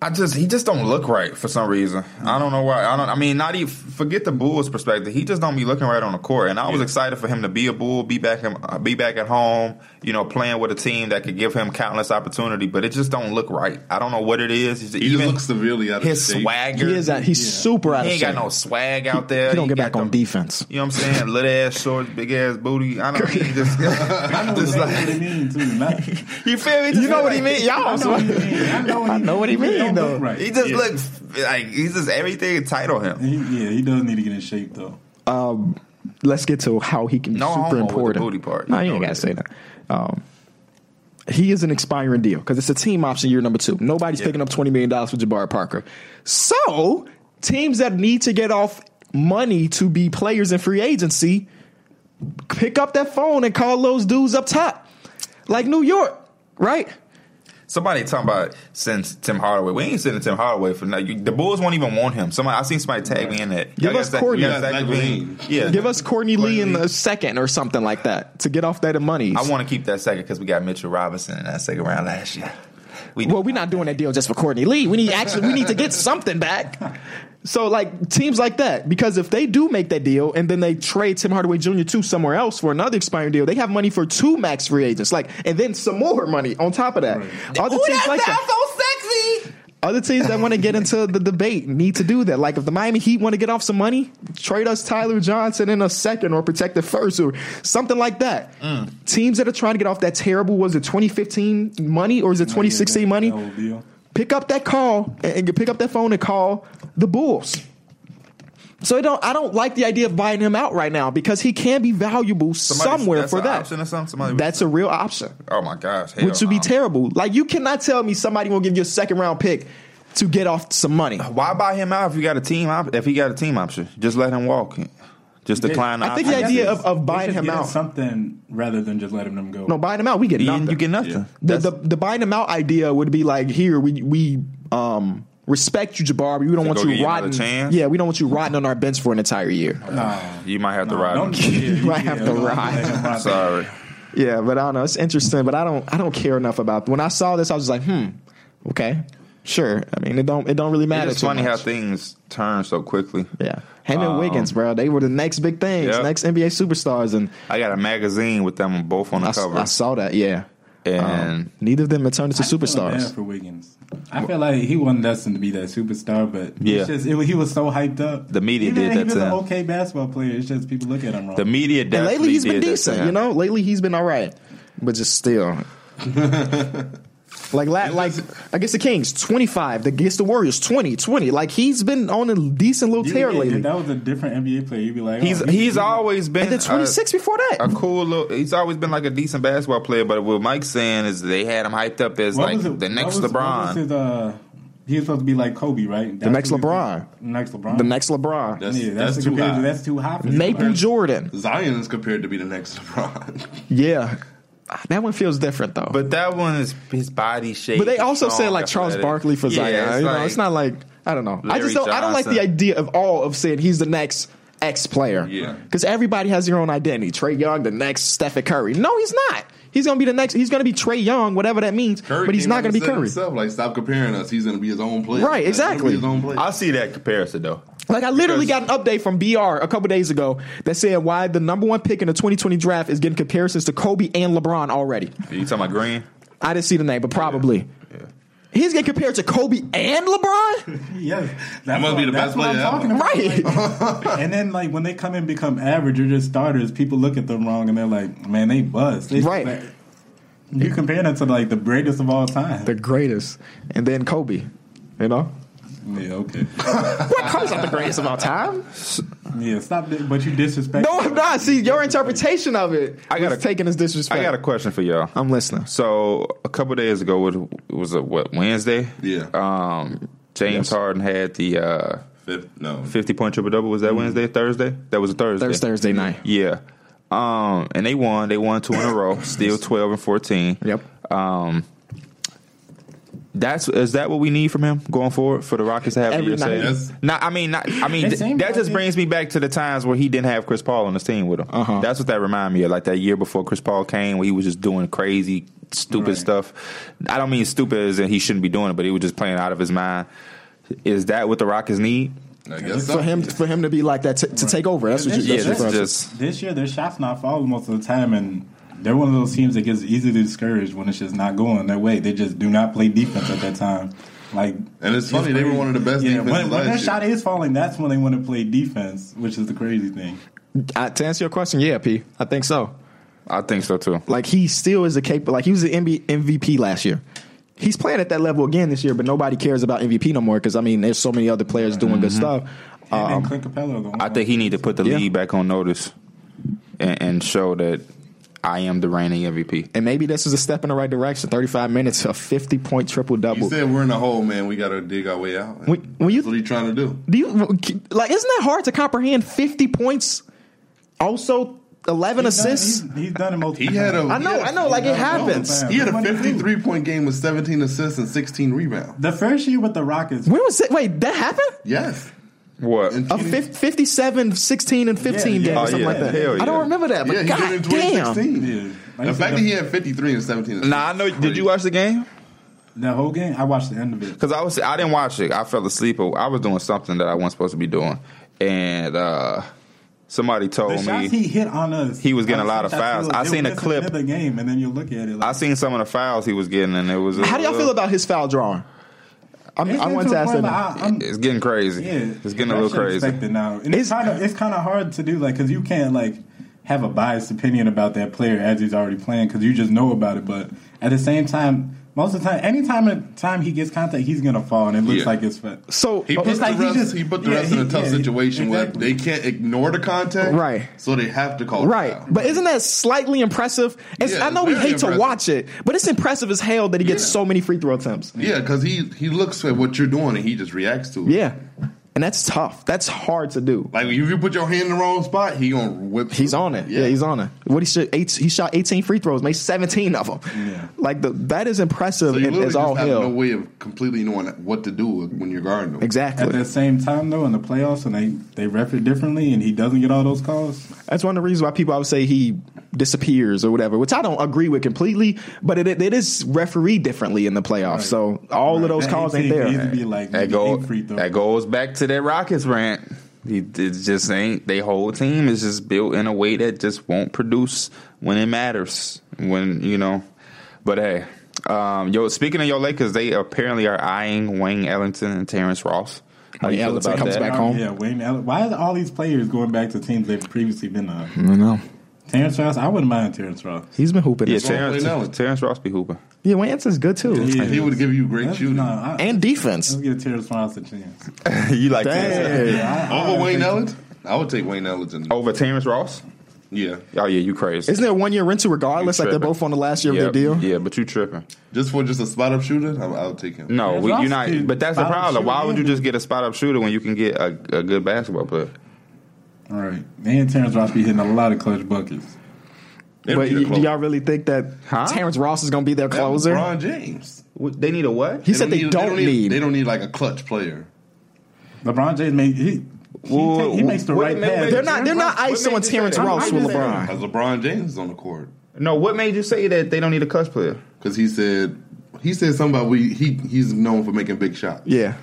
Speaker 2: I just he just don't look right for some reason. I don't know why. I don't. I mean, not even forget the Bulls' perspective. He just don't be looking right on the court. And I was excited for him to be a Bull, be back, in- uh, be back at home. You know, playing with a team that could give him countless opportunity. But it just don't look right. I don't know what it is. It's
Speaker 3: He
Speaker 2: even
Speaker 3: just looks severely out of
Speaker 2: his
Speaker 3: shape.
Speaker 2: swagger.
Speaker 1: He is at, he's super out
Speaker 2: He
Speaker 1: of
Speaker 2: ain't
Speaker 1: shape.
Speaker 2: got no swag out there.
Speaker 1: he don't get
Speaker 2: got
Speaker 1: back on
Speaker 2: the- *laughs*
Speaker 1: defense.
Speaker 2: You know what I'm saying? Little ass shorts, big ass booty.
Speaker 1: *laughs*
Speaker 2: I don't mean just, *laughs*
Speaker 4: I know
Speaker 2: just
Speaker 4: exactly
Speaker 2: like
Speaker 4: what he means
Speaker 2: *laughs*
Speaker 4: too. Not,
Speaker 2: you feel me? Just
Speaker 1: You know
Speaker 2: like-
Speaker 1: what he mean? Y'all
Speaker 4: I know what he mean. I know what
Speaker 1: I
Speaker 4: he
Speaker 1: know what he
Speaker 4: mean.
Speaker 1: mean,
Speaker 4: don't
Speaker 1: though.
Speaker 4: look Right.
Speaker 2: He just looks like he's just everything title him.
Speaker 4: He, yeah, he does need to get in shape though.
Speaker 1: um, let's get to how he can be
Speaker 2: No
Speaker 1: super
Speaker 2: homo with the
Speaker 1: important.
Speaker 2: booty part.
Speaker 1: No,
Speaker 2: You
Speaker 1: you ain't
Speaker 2: know
Speaker 1: gotta say that. Um, he is an expiring deal because it's a team option year number two. Nobody's picking up twenty million dollars for Jabari Parker. So teams that need to get off money to be players in free agency, pick up that phone and call those dudes up top, like New York, right?
Speaker 2: Somebody talking about since Tim Hardaway. We ain't sending Tim Hardaway for nothing. The Bulls won't even want him. Somebody I seen somebody tag me in that.
Speaker 1: Give
Speaker 2: Y'all
Speaker 1: us
Speaker 2: got Zach-
Speaker 1: Courtney.
Speaker 2: y'all got Zach
Speaker 3: Zach
Speaker 2: Levine.
Speaker 3: Levine.
Speaker 2: Yeah,
Speaker 1: Give us Courtney Lee in
Speaker 2: Courtney.
Speaker 1: the second or something like that to get off that money.
Speaker 2: I want to keep that second because we got Mitchell Robinson in that second round last year. We
Speaker 1: Well, we're not doing that deal just for Courtney Lee. We need actually we need to get something back. So like teams like that, because if they do make that deal and then they trade Tim Hardaway Jr. to somewhere else for another expiring deal, they have money for two max free agents, like and then some more money on top of that. Other teams like that,
Speaker 2: so sexy.
Speaker 1: other teams that want to get into the debate need to do that. Like if the Miami Heat want to get off some money, trade us Tyler Johnson in a second or protect the first or something like that.
Speaker 4: Mm.
Speaker 1: Teams that are trying to get off that terrible was it 2015 money or is it 2016
Speaker 4: Yeah, that-
Speaker 1: money?
Speaker 4: that whole deal.
Speaker 1: pick up that call and and pick up that phone and call the Bulls. So I don't I don't like the idea of buying him out right now because he can be valuable somewhere
Speaker 2: that's
Speaker 1: for
Speaker 2: an
Speaker 1: that.
Speaker 2: option or something? Somebody-
Speaker 1: that's a real option,
Speaker 2: Oh my gosh, hell
Speaker 1: which would be
Speaker 2: no.
Speaker 1: terrible. Like you cannot tell me somebody will give you a second round pick to get off some money.
Speaker 2: Why buy him out if you got a team? Op- if he got a team option, just let him walk. Just decline. the
Speaker 1: I think the
Speaker 2: option.
Speaker 1: idea of, of
Speaker 4: They
Speaker 1: buying
Speaker 4: should
Speaker 1: him
Speaker 4: get
Speaker 1: out,
Speaker 4: something rather than just letting them go.
Speaker 1: no, buying him out, we get
Speaker 2: you,
Speaker 1: nothing.
Speaker 2: you get nothing.
Speaker 3: Yeah.
Speaker 1: the,
Speaker 2: That's-
Speaker 1: the the buying him out idea would be like here we we um respect you Jabari, but we don't want
Speaker 2: go get
Speaker 1: you
Speaker 2: you another
Speaker 1: rotting.
Speaker 2: chance?
Speaker 1: Yeah, we don't want you rotting on our bench for an entire year.
Speaker 2: you might have to
Speaker 1: *laughs*
Speaker 2: ride. him.
Speaker 4: Don't, yeah,
Speaker 1: You might have to
Speaker 4: don't
Speaker 1: ride.
Speaker 4: let
Speaker 1: *laughs*
Speaker 4: him
Speaker 2: *laughs*
Speaker 4: ride.
Speaker 2: Sorry.
Speaker 1: Yeah, but I don't know. It's interesting, but I don't I don't care enough about. When I saw this, I was just like, hmm, okay, sure. I mean, it don't it don't really matter.
Speaker 2: It's
Speaker 1: too
Speaker 2: funny how
Speaker 1: much.
Speaker 2: things turn so quickly.
Speaker 1: yeah, him and Wiggins, bro, they were the next big things,
Speaker 2: Yep.
Speaker 1: next NBA superstars, and
Speaker 2: I got a magazine with them both on the
Speaker 1: I, s-
Speaker 2: cover.
Speaker 1: I saw that. Yeah, Um,
Speaker 2: and
Speaker 1: Neither of them have turned into
Speaker 4: I feel bad
Speaker 1: superstars.
Speaker 4: for Wiggins. I feel like he wasn't destined to be that superstar, but
Speaker 2: Yeah.
Speaker 4: it's just, it, was- he was so hyped up.
Speaker 2: The media
Speaker 4: Even
Speaker 2: did
Speaker 4: if
Speaker 2: that
Speaker 4: he was
Speaker 2: to
Speaker 4: an
Speaker 2: him.
Speaker 4: okay basketball player. It's just people look at him wrong.
Speaker 2: the media
Speaker 1: And
Speaker 2: definitely
Speaker 1: lately he's been
Speaker 2: did that to
Speaker 1: decent,
Speaker 2: him.
Speaker 1: you know. Lately he's been all right, but just
Speaker 4: *laughs*
Speaker 1: still. like la- like against the Kings, twenty five. Against the Warriors, 20, 20. Like he's been on a decent little
Speaker 4: You-
Speaker 1: tear
Speaker 4: yeah,
Speaker 1: lately,
Speaker 4: If that was a different NBA player, you'd be like,
Speaker 2: He's
Speaker 4: oh,
Speaker 2: he's always been
Speaker 1: and then
Speaker 2: a-
Speaker 1: twenty six before
Speaker 2: a
Speaker 1: that.
Speaker 2: cool little. He's always been like a decent basketball player, but what Mike's saying is they had him hyped up as
Speaker 4: what
Speaker 2: like
Speaker 4: was it-
Speaker 2: the next
Speaker 4: what was- what
Speaker 2: LeBron.
Speaker 4: was his, uh, he was supposed to be like Kobe, right? That's
Speaker 1: next
Speaker 4: who he-
Speaker 1: LeBron.
Speaker 4: Next LeBron.
Speaker 1: The next LeBron,
Speaker 3: That's,
Speaker 4: yeah,
Speaker 3: that's,
Speaker 4: that's,
Speaker 3: too
Speaker 4: compared
Speaker 3: high.
Speaker 4: to- that's too high. For
Speaker 1: Maple
Speaker 4: somebody.
Speaker 1: Jordan.
Speaker 3: Zion is compared to be the next *laughs* LeBron.
Speaker 1: Yeah, Ah, that one feels different though. But,
Speaker 2: but that one is his body shape.
Speaker 1: they also
Speaker 2: strong,
Speaker 1: said like Charles
Speaker 2: athletic.
Speaker 1: Barkley for
Speaker 2: Yeah,
Speaker 1: Zion.
Speaker 2: it's
Speaker 1: you know,
Speaker 2: like-
Speaker 1: it's not like I don't know. I
Speaker 2: Larry
Speaker 1: just don't. I don't like the
Speaker 2: Johnson.
Speaker 1: idea of all of saying he's the next. X player,
Speaker 3: Yeah.
Speaker 1: because everybody has their own identity. Trey Young, the next Stephen Curry. No, he's not. He's gonna be the next. He's gonna be Trey Young, whatever that means. but he's
Speaker 3: came
Speaker 1: not
Speaker 3: out
Speaker 1: gonna
Speaker 3: and
Speaker 1: be
Speaker 3: said
Speaker 1: Curry.
Speaker 3: Himself, like, stop comparing us. He's going to be his own player.
Speaker 1: Right,
Speaker 3: He's gonna
Speaker 1: exactly.
Speaker 3: be His own player.
Speaker 2: I see that comparison though.
Speaker 1: Like I literally
Speaker 2: Because-
Speaker 1: got an update from BR a couple days ago that said why the number one pick in the 2020 draft is getting comparisons to Kobe and LeBron already.
Speaker 2: Are you talking about Green?
Speaker 1: I didn't see the name, but probably. He's getting compared to Kobe and LeBron,
Speaker 4: Yes, that
Speaker 3: must be the best player ever.
Speaker 2: *laughs*
Speaker 1: right?
Speaker 2: Uh-huh.
Speaker 4: and then like when they come and become average or just starters, people look at them wrong and they're like, man, they bust. It's
Speaker 1: Right.
Speaker 4: like- you comparing it to like the greatest of all time.
Speaker 1: the greatest, and then Kobe. You know,
Speaker 4: yeah, okay.
Speaker 1: what Kobe's not the greatest of all time?
Speaker 4: Yeah, stop. That, but you disrespect.
Speaker 1: No, I'm not. See, your interpretation of it.
Speaker 2: I
Speaker 1: I
Speaker 2: got
Speaker 1: got
Speaker 2: a-
Speaker 1: taken as disrespect.
Speaker 2: I got a question for y'all.
Speaker 1: I'm listening.
Speaker 2: So a couple days ago, was was it what Wednesday?
Speaker 3: Yeah.
Speaker 2: Um,
Speaker 1: Yes.
Speaker 2: James Harden had the uh,
Speaker 3: Fifth, no.
Speaker 2: fifty point triple double. Was that Wednesday? Thursday? That was a Thursday.
Speaker 1: Mm-hmm. Thursday, Thursday night.
Speaker 2: Yeah. Um, and they won. They won two in
Speaker 1: *laughs*
Speaker 2: a row. Still twelve and fourteen.
Speaker 1: Yep.
Speaker 2: Um, that's is that what we need from him going forward for the Rockets to have
Speaker 1: Every
Speaker 2: a year
Speaker 1: night.
Speaker 2: saved?
Speaker 3: Yes.
Speaker 2: Not, I mean, not, I mean,
Speaker 4: It
Speaker 2: th-
Speaker 4: seems
Speaker 2: that
Speaker 4: like
Speaker 2: just
Speaker 4: it.
Speaker 2: brings me back to the times where he didn't have Chris Paul on his team with him.
Speaker 1: Uh-huh.
Speaker 2: That's what that reminded me of, like that year before Chris Paul came, where he was just doing crazy, stupid
Speaker 4: Right.
Speaker 2: stuff. I don't mean stupid as in he shouldn't be doing it, but he was just playing out of his mind. Is that what the Rockets need?
Speaker 3: I guess so.
Speaker 1: For him, for him to be like that t- to take over. That's what you.
Speaker 2: Yeah,
Speaker 1: that's
Speaker 2: this
Speaker 1: what
Speaker 2: is
Speaker 1: you're
Speaker 2: just
Speaker 4: This year, their shots not falling most of the time, and they're one of those teams that gets easily discouraged when it's just not going their way. They just do not play defense at that time. Like,
Speaker 3: And it's funny, they were
Speaker 4: crazy.
Speaker 3: one of the best
Speaker 4: Yeah,
Speaker 3: defenses
Speaker 4: when, when
Speaker 3: last
Speaker 4: their
Speaker 3: year.
Speaker 4: shot is falling, that's when they want to play defense, which is the crazy thing.
Speaker 1: Uh, to answer your question, yeah, P. I think so.
Speaker 2: I think so too.
Speaker 1: Like he still is a capable. Like he was the MB, MVP last year. He's playing at that level again this year, but nobody cares about MVP no more because I mean, there's so many other players doing good stuff.
Speaker 4: And
Speaker 1: Um,
Speaker 4: then Clint Capella, are the
Speaker 2: I
Speaker 4: one-
Speaker 2: think he need to put the
Speaker 1: Yeah.
Speaker 2: league back on notice and, and show that I am the reigning MVP.
Speaker 1: and maybe this is a step in the right direction. 35 minutes, a 50 point triple
Speaker 3: He
Speaker 1: double.
Speaker 3: said we're in a hole, man. We got to dig our way out.
Speaker 1: When- when you-
Speaker 3: That's what he trying to do.
Speaker 1: Do you like? Isn't that hard to comprehend? 50 points, also 11
Speaker 4: He's done-
Speaker 1: assists.
Speaker 4: he's- he's done it multiple.
Speaker 3: He had a.
Speaker 4: times.
Speaker 1: I know,
Speaker 3: he had-
Speaker 1: I know. Like it happens.
Speaker 3: He had a
Speaker 4: What did he do?
Speaker 3: 53 point game with 17 assists and 16 rebounds.
Speaker 4: The first year with the Rockets,
Speaker 1: When was it? Wait, that happened?
Speaker 3: Yes.
Speaker 2: What?
Speaker 3: And
Speaker 1: A fif- 57, 16, and 15
Speaker 4: Yeah,
Speaker 1: game
Speaker 4: yeah.
Speaker 1: or something
Speaker 2: Oh,
Speaker 1: like
Speaker 2: yeah.
Speaker 1: that.
Speaker 2: Hell
Speaker 1: I
Speaker 2: yeah.
Speaker 1: don't remember that, but
Speaker 3: yeah, he did it in
Speaker 1: god damn.
Speaker 3: 2016.
Speaker 4: Yeah. Like
Speaker 3: the
Speaker 4: you
Speaker 3: fact
Speaker 4: said,
Speaker 3: that he had 53 and 17 assists.
Speaker 2: Nah, I know. Did you watch the game?
Speaker 4: the whole game, I watched the end of it.
Speaker 2: Because I was I didn't watch it. I fell asleep. Or I was doing something that I wasn't supposed to be doing, and uh, somebody
Speaker 4: The
Speaker 2: told me
Speaker 4: shots he hit on us,
Speaker 2: He was getting a lot of
Speaker 4: I feel
Speaker 2: fouls.
Speaker 4: like
Speaker 2: I
Speaker 4: they
Speaker 2: seen a
Speaker 4: were missing
Speaker 2: clip.
Speaker 4: another game, and then you look at it. Like,
Speaker 2: I seen some of the fouls he was getting, and it was.
Speaker 1: How do y'all feel about his foul drawing? I, mean,
Speaker 4: It's
Speaker 1: I
Speaker 4: getting
Speaker 1: wanted
Speaker 4: the
Speaker 1: to ask
Speaker 4: point
Speaker 1: that.
Speaker 4: where I- I'm-
Speaker 2: It's getting crazy.
Speaker 4: Yeah,
Speaker 2: It's getting a
Speaker 4: I
Speaker 2: little
Speaker 4: should
Speaker 2: crazy.
Speaker 4: expect it now, and
Speaker 1: It's-
Speaker 4: it's kind of it's kind of hard to do, like because you can't like have a biased opinion about that player as he's already playing because you just know about it. But at the same time, most of the time, anytime time he gets contact, he's gonna fall, and it looks
Speaker 3: Yeah.
Speaker 4: like it's fa-
Speaker 1: so
Speaker 3: He put,
Speaker 4: It's like
Speaker 3: the
Speaker 4: he
Speaker 3: rest,
Speaker 4: just-
Speaker 3: he put the
Speaker 4: yeah,
Speaker 3: rest in
Speaker 4: he-
Speaker 3: a tough
Speaker 4: yeah,
Speaker 3: situation
Speaker 4: exactly.
Speaker 3: where they can't ignore the contact.
Speaker 1: Right.
Speaker 3: So they have to call it
Speaker 1: Right,
Speaker 3: foul.
Speaker 1: but isn't that slightly impressive? It's,
Speaker 3: Yeah,
Speaker 1: I know we
Speaker 3: very
Speaker 1: hate to
Speaker 3: impressive.
Speaker 1: watch it, but it's impressive as hell that he gets
Speaker 3: Yeah.
Speaker 1: so many free throw attempts.
Speaker 3: yeah, because he, he looks at what you're doing and he just reacts to it.
Speaker 1: Yeah, and that's tough. That's hard to do.
Speaker 3: Like if you put your hand in the wrong spot, he gonna whip.
Speaker 1: He's on it. Yeah, he's on it. What he should eight, he shot eighteen free throws, made seventeen of them.
Speaker 4: Yeah.
Speaker 1: Like the, that is impressive
Speaker 3: So you
Speaker 1: and
Speaker 3: literally
Speaker 1: as
Speaker 3: just
Speaker 1: all
Speaker 3: have
Speaker 1: hell.
Speaker 3: no way of completely knowing what to do when you're guarding him.
Speaker 4: At
Speaker 1: exactly.
Speaker 4: the same time, though, in the playoffs, and they they ref it differently, and he doesn't get all those calls.
Speaker 1: That's one of the reasons why people always say he disappears or whatever, which I don't agree with completely. But it, it is refereed differently in the playoffs,
Speaker 4: Right.
Speaker 1: so all of
Speaker 4: Right.
Speaker 1: those
Speaker 4: That
Speaker 1: calls ain't
Speaker 4: 18 could
Speaker 1: there.
Speaker 4: easily be like
Speaker 2: that,
Speaker 4: maybe
Speaker 2: go,
Speaker 4: eight free throws.
Speaker 2: that goes back to that Rockets rant. He it just ain't. They whole team is just built in a way that just won't produce when it matters. When you know, But hey, um, yo, speaking of your Lakers, they apparently are eyeing Wayne Ellington and Terrence Ross. How
Speaker 1: Wayne
Speaker 2: you feel
Speaker 1: Ellington
Speaker 2: about
Speaker 1: comes
Speaker 2: that?
Speaker 1: back home.
Speaker 4: Yeah, Wayne Allen. Why are all these players going back to teams they've previously been on?
Speaker 2: I don't know.
Speaker 4: Terrence Ross, I wouldn't mind Terrence Ross.
Speaker 1: He's been hooping.
Speaker 2: Yeah,
Speaker 1: this-
Speaker 2: Terrence,
Speaker 3: Wayne Ellington.
Speaker 2: Terrence Ross
Speaker 1: *laughs*
Speaker 2: be hooping.
Speaker 1: yeah Wanson's good too.
Speaker 4: Yeah.
Speaker 3: He would give you great
Speaker 4: That's-
Speaker 3: shooting.
Speaker 4: No, I,
Speaker 1: And defense.
Speaker 4: let's give Terrence Ross a chance.
Speaker 2: you like Terrence
Speaker 1: Dang.
Speaker 4: I- I
Speaker 3: Over
Speaker 4: don't
Speaker 3: Wayne
Speaker 4: think-
Speaker 3: Ellington? I would take Wayne Ellington.
Speaker 1: Oh.
Speaker 2: over Terrence Ross?
Speaker 3: Yeah.
Speaker 2: Oh yeah, you crazy.
Speaker 1: Isn't there one year rental regardless?
Speaker 2: You
Speaker 1: Like they're
Speaker 2: tripping.
Speaker 1: both on the last year
Speaker 2: yeah,
Speaker 1: of their deal.
Speaker 2: yeah, but you tripping.
Speaker 3: Just for just a spot up shooter, I, I would take him.
Speaker 2: No,
Speaker 4: Terrence
Speaker 2: we,
Speaker 4: Ross
Speaker 2: you're not.
Speaker 4: can
Speaker 2: But that's the
Speaker 4: spot up
Speaker 2: problem. Why
Speaker 4: shooter,
Speaker 2: would you
Speaker 4: yeah.
Speaker 2: just get a spot up shooter when you can get a, a good basketball player?
Speaker 4: All right, and Terrence Ross be hitting a lot of clutch buckets.
Speaker 3: It'd
Speaker 1: But
Speaker 3: be the
Speaker 1: y- do
Speaker 3: close.
Speaker 1: y'all really think that
Speaker 2: Huh?
Speaker 1: Terrence Ross is going to be their
Speaker 3: That was
Speaker 1: closer?
Speaker 3: LeBron James.
Speaker 2: They need a what?
Speaker 1: He said they don't need.
Speaker 3: They don't need like a clutch player.
Speaker 4: LeBron James made he. He,
Speaker 2: Well,
Speaker 4: take- he makes the
Speaker 2: what
Speaker 4: right
Speaker 2: made-
Speaker 4: pass.
Speaker 1: They're not. They're not
Speaker 2: What made
Speaker 1: ISO on
Speaker 2: you say
Speaker 1: Terrence
Speaker 2: that?
Speaker 1: Ross
Speaker 4: I'm
Speaker 1: with
Speaker 4: just saying.
Speaker 1: LeBron.
Speaker 3: Because LeBron James is on the court.
Speaker 2: No, what made you say that they don't need a clutch player?
Speaker 3: Because he said he said something about we he he's known for making big shots.
Speaker 1: Yeah.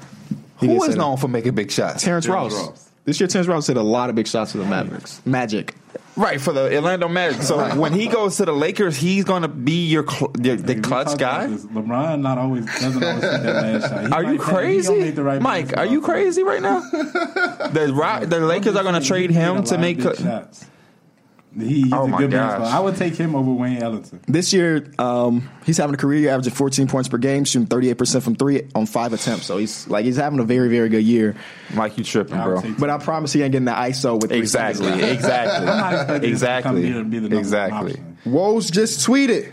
Speaker 1: He
Speaker 2: Who
Speaker 1: did say
Speaker 2: is
Speaker 1: that.
Speaker 2: known for making big shots?
Speaker 1: Terrence,
Speaker 3: Terrence
Speaker 1: Ross.
Speaker 3: Ross.
Speaker 1: This year, Terrence Ross hit a lot of big shots for the Mavericks. Magic.
Speaker 2: Right for the Orlando Magic. So when he goes to the Lakers, he's going to be your cl- the, the
Speaker 4: We
Speaker 2: clutch
Speaker 4: talked about
Speaker 2: guy.
Speaker 4: this. LeBron not always doesn't always hit that last shot. He
Speaker 2: Are
Speaker 4: might
Speaker 2: you
Speaker 4: say- he don't
Speaker 2: crazy,
Speaker 4: make the right
Speaker 2: Mike?
Speaker 4: passes
Speaker 2: Are you
Speaker 4: all the time.
Speaker 2: crazy right now? the Ro- the Lakers are going to trade him to make.
Speaker 4: He hit a lot of big
Speaker 2: Cl-
Speaker 4: shots. He, he's
Speaker 2: Oh
Speaker 4: a
Speaker 2: my
Speaker 4: good
Speaker 2: gosh.
Speaker 4: basketball. I would take him over Wayne Ellington.
Speaker 1: This year, um, he's having a career year, averaging 14 points per game, shooting 38 percent from three on five attempts. So he's like he's having a very, very good year.
Speaker 2: Mike, you tripping,
Speaker 4: I
Speaker 2: bro?
Speaker 4: would take-
Speaker 1: But I promise he ain't getting the ISO with three
Speaker 2: *laughs* Exactly,
Speaker 1: seconds left.
Speaker 4: I'm not
Speaker 2: exactly,
Speaker 4: expecting him to come
Speaker 2: exactly,
Speaker 4: here and be the number one
Speaker 2: exactly.
Speaker 4: option.
Speaker 1: Woes just tweeted.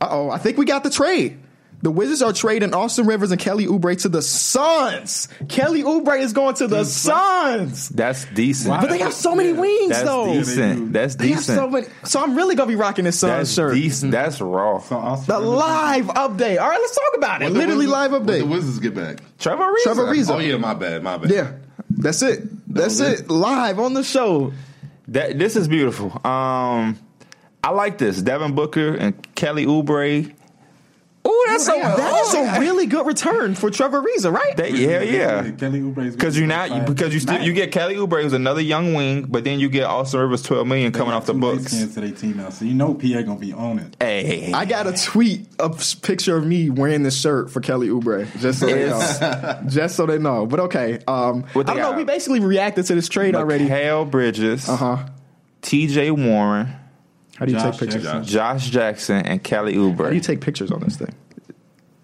Speaker 1: Uh oh, I think we got the trade. The Wizards are trading Austin Rivers and Kelly Oubre to the Suns. Kelly Oubre is going to the Suns.
Speaker 2: That's decent.
Speaker 4: Wow.
Speaker 1: But they have so many wings,
Speaker 2: That's
Speaker 1: though.
Speaker 2: decent. That's
Speaker 1: They have so
Speaker 2: decent.
Speaker 1: many. So I'm really gonna be rocking this Suns
Speaker 2: That's
Speaker 1: shirt.
Speaker 2: decent. That's raw.
Speaker 4: So Austin
Speaker 1: The
Speaker 4: Rivers-
Speaker 1: live update. All right, let's talk about it.
Speaker 3: What'd the
Speaker 1: Literally
Speaker 3: Wizards-
Speaker 1: live
Speaker 3: what'd The
Speaker 1: update.
Speaker 3: Wizards get back.
Speaker 2: Trevor Reason.
Speaker 1: Trevor Ariza.
Speaker 3: Oh yeah, my bad, my bad.
Speaker 1: Yeah, that's it. That's
Speaker 3: was
Speaker 1: it. Live on the show.
Speaker 2: That this is beautiful. Um, I like this. Devin Booker and Kelly Oubre. Oh, that's so.
Speaker 1: That is a really good return for Trevor Reza, right?
Speaker 2: That, yeah, yeah.
Speaker 4: Kelly Oubre
Speaker 2: Because you're not you- because you still you get Kelly Oubre who's another young wing, but then you get Austin Rivers twelve million coming off the books.
Speaker 4: Chance to their team now, so you know Pierre gonna be on it.
Speaker 2: Hey,
Speaker 1: I got a tweet, a s- picture of me wearing this shirt for Kelly Oubre, just so they *laughs* know. just so they know. But okay, um, I
Speaker 2: What they
Speaker 1: don't know.
Speaker 2: got?
Speaker 1: We basically reacted to this trade already.
Speaker 2: Hale Bridges,
Speaker 1: huh?
Speaker 2: T.J. Warren,
Speaker 1: How do you
Speaker 4: Josh
Speaker 1: take pictures?
Speaker 4: Jackson.
Speaker 2: Josh Jackson, and Kelly
Speaker 1: How do you
Speaker 2: Oubre.
Speaker 1: take pictures on this thing?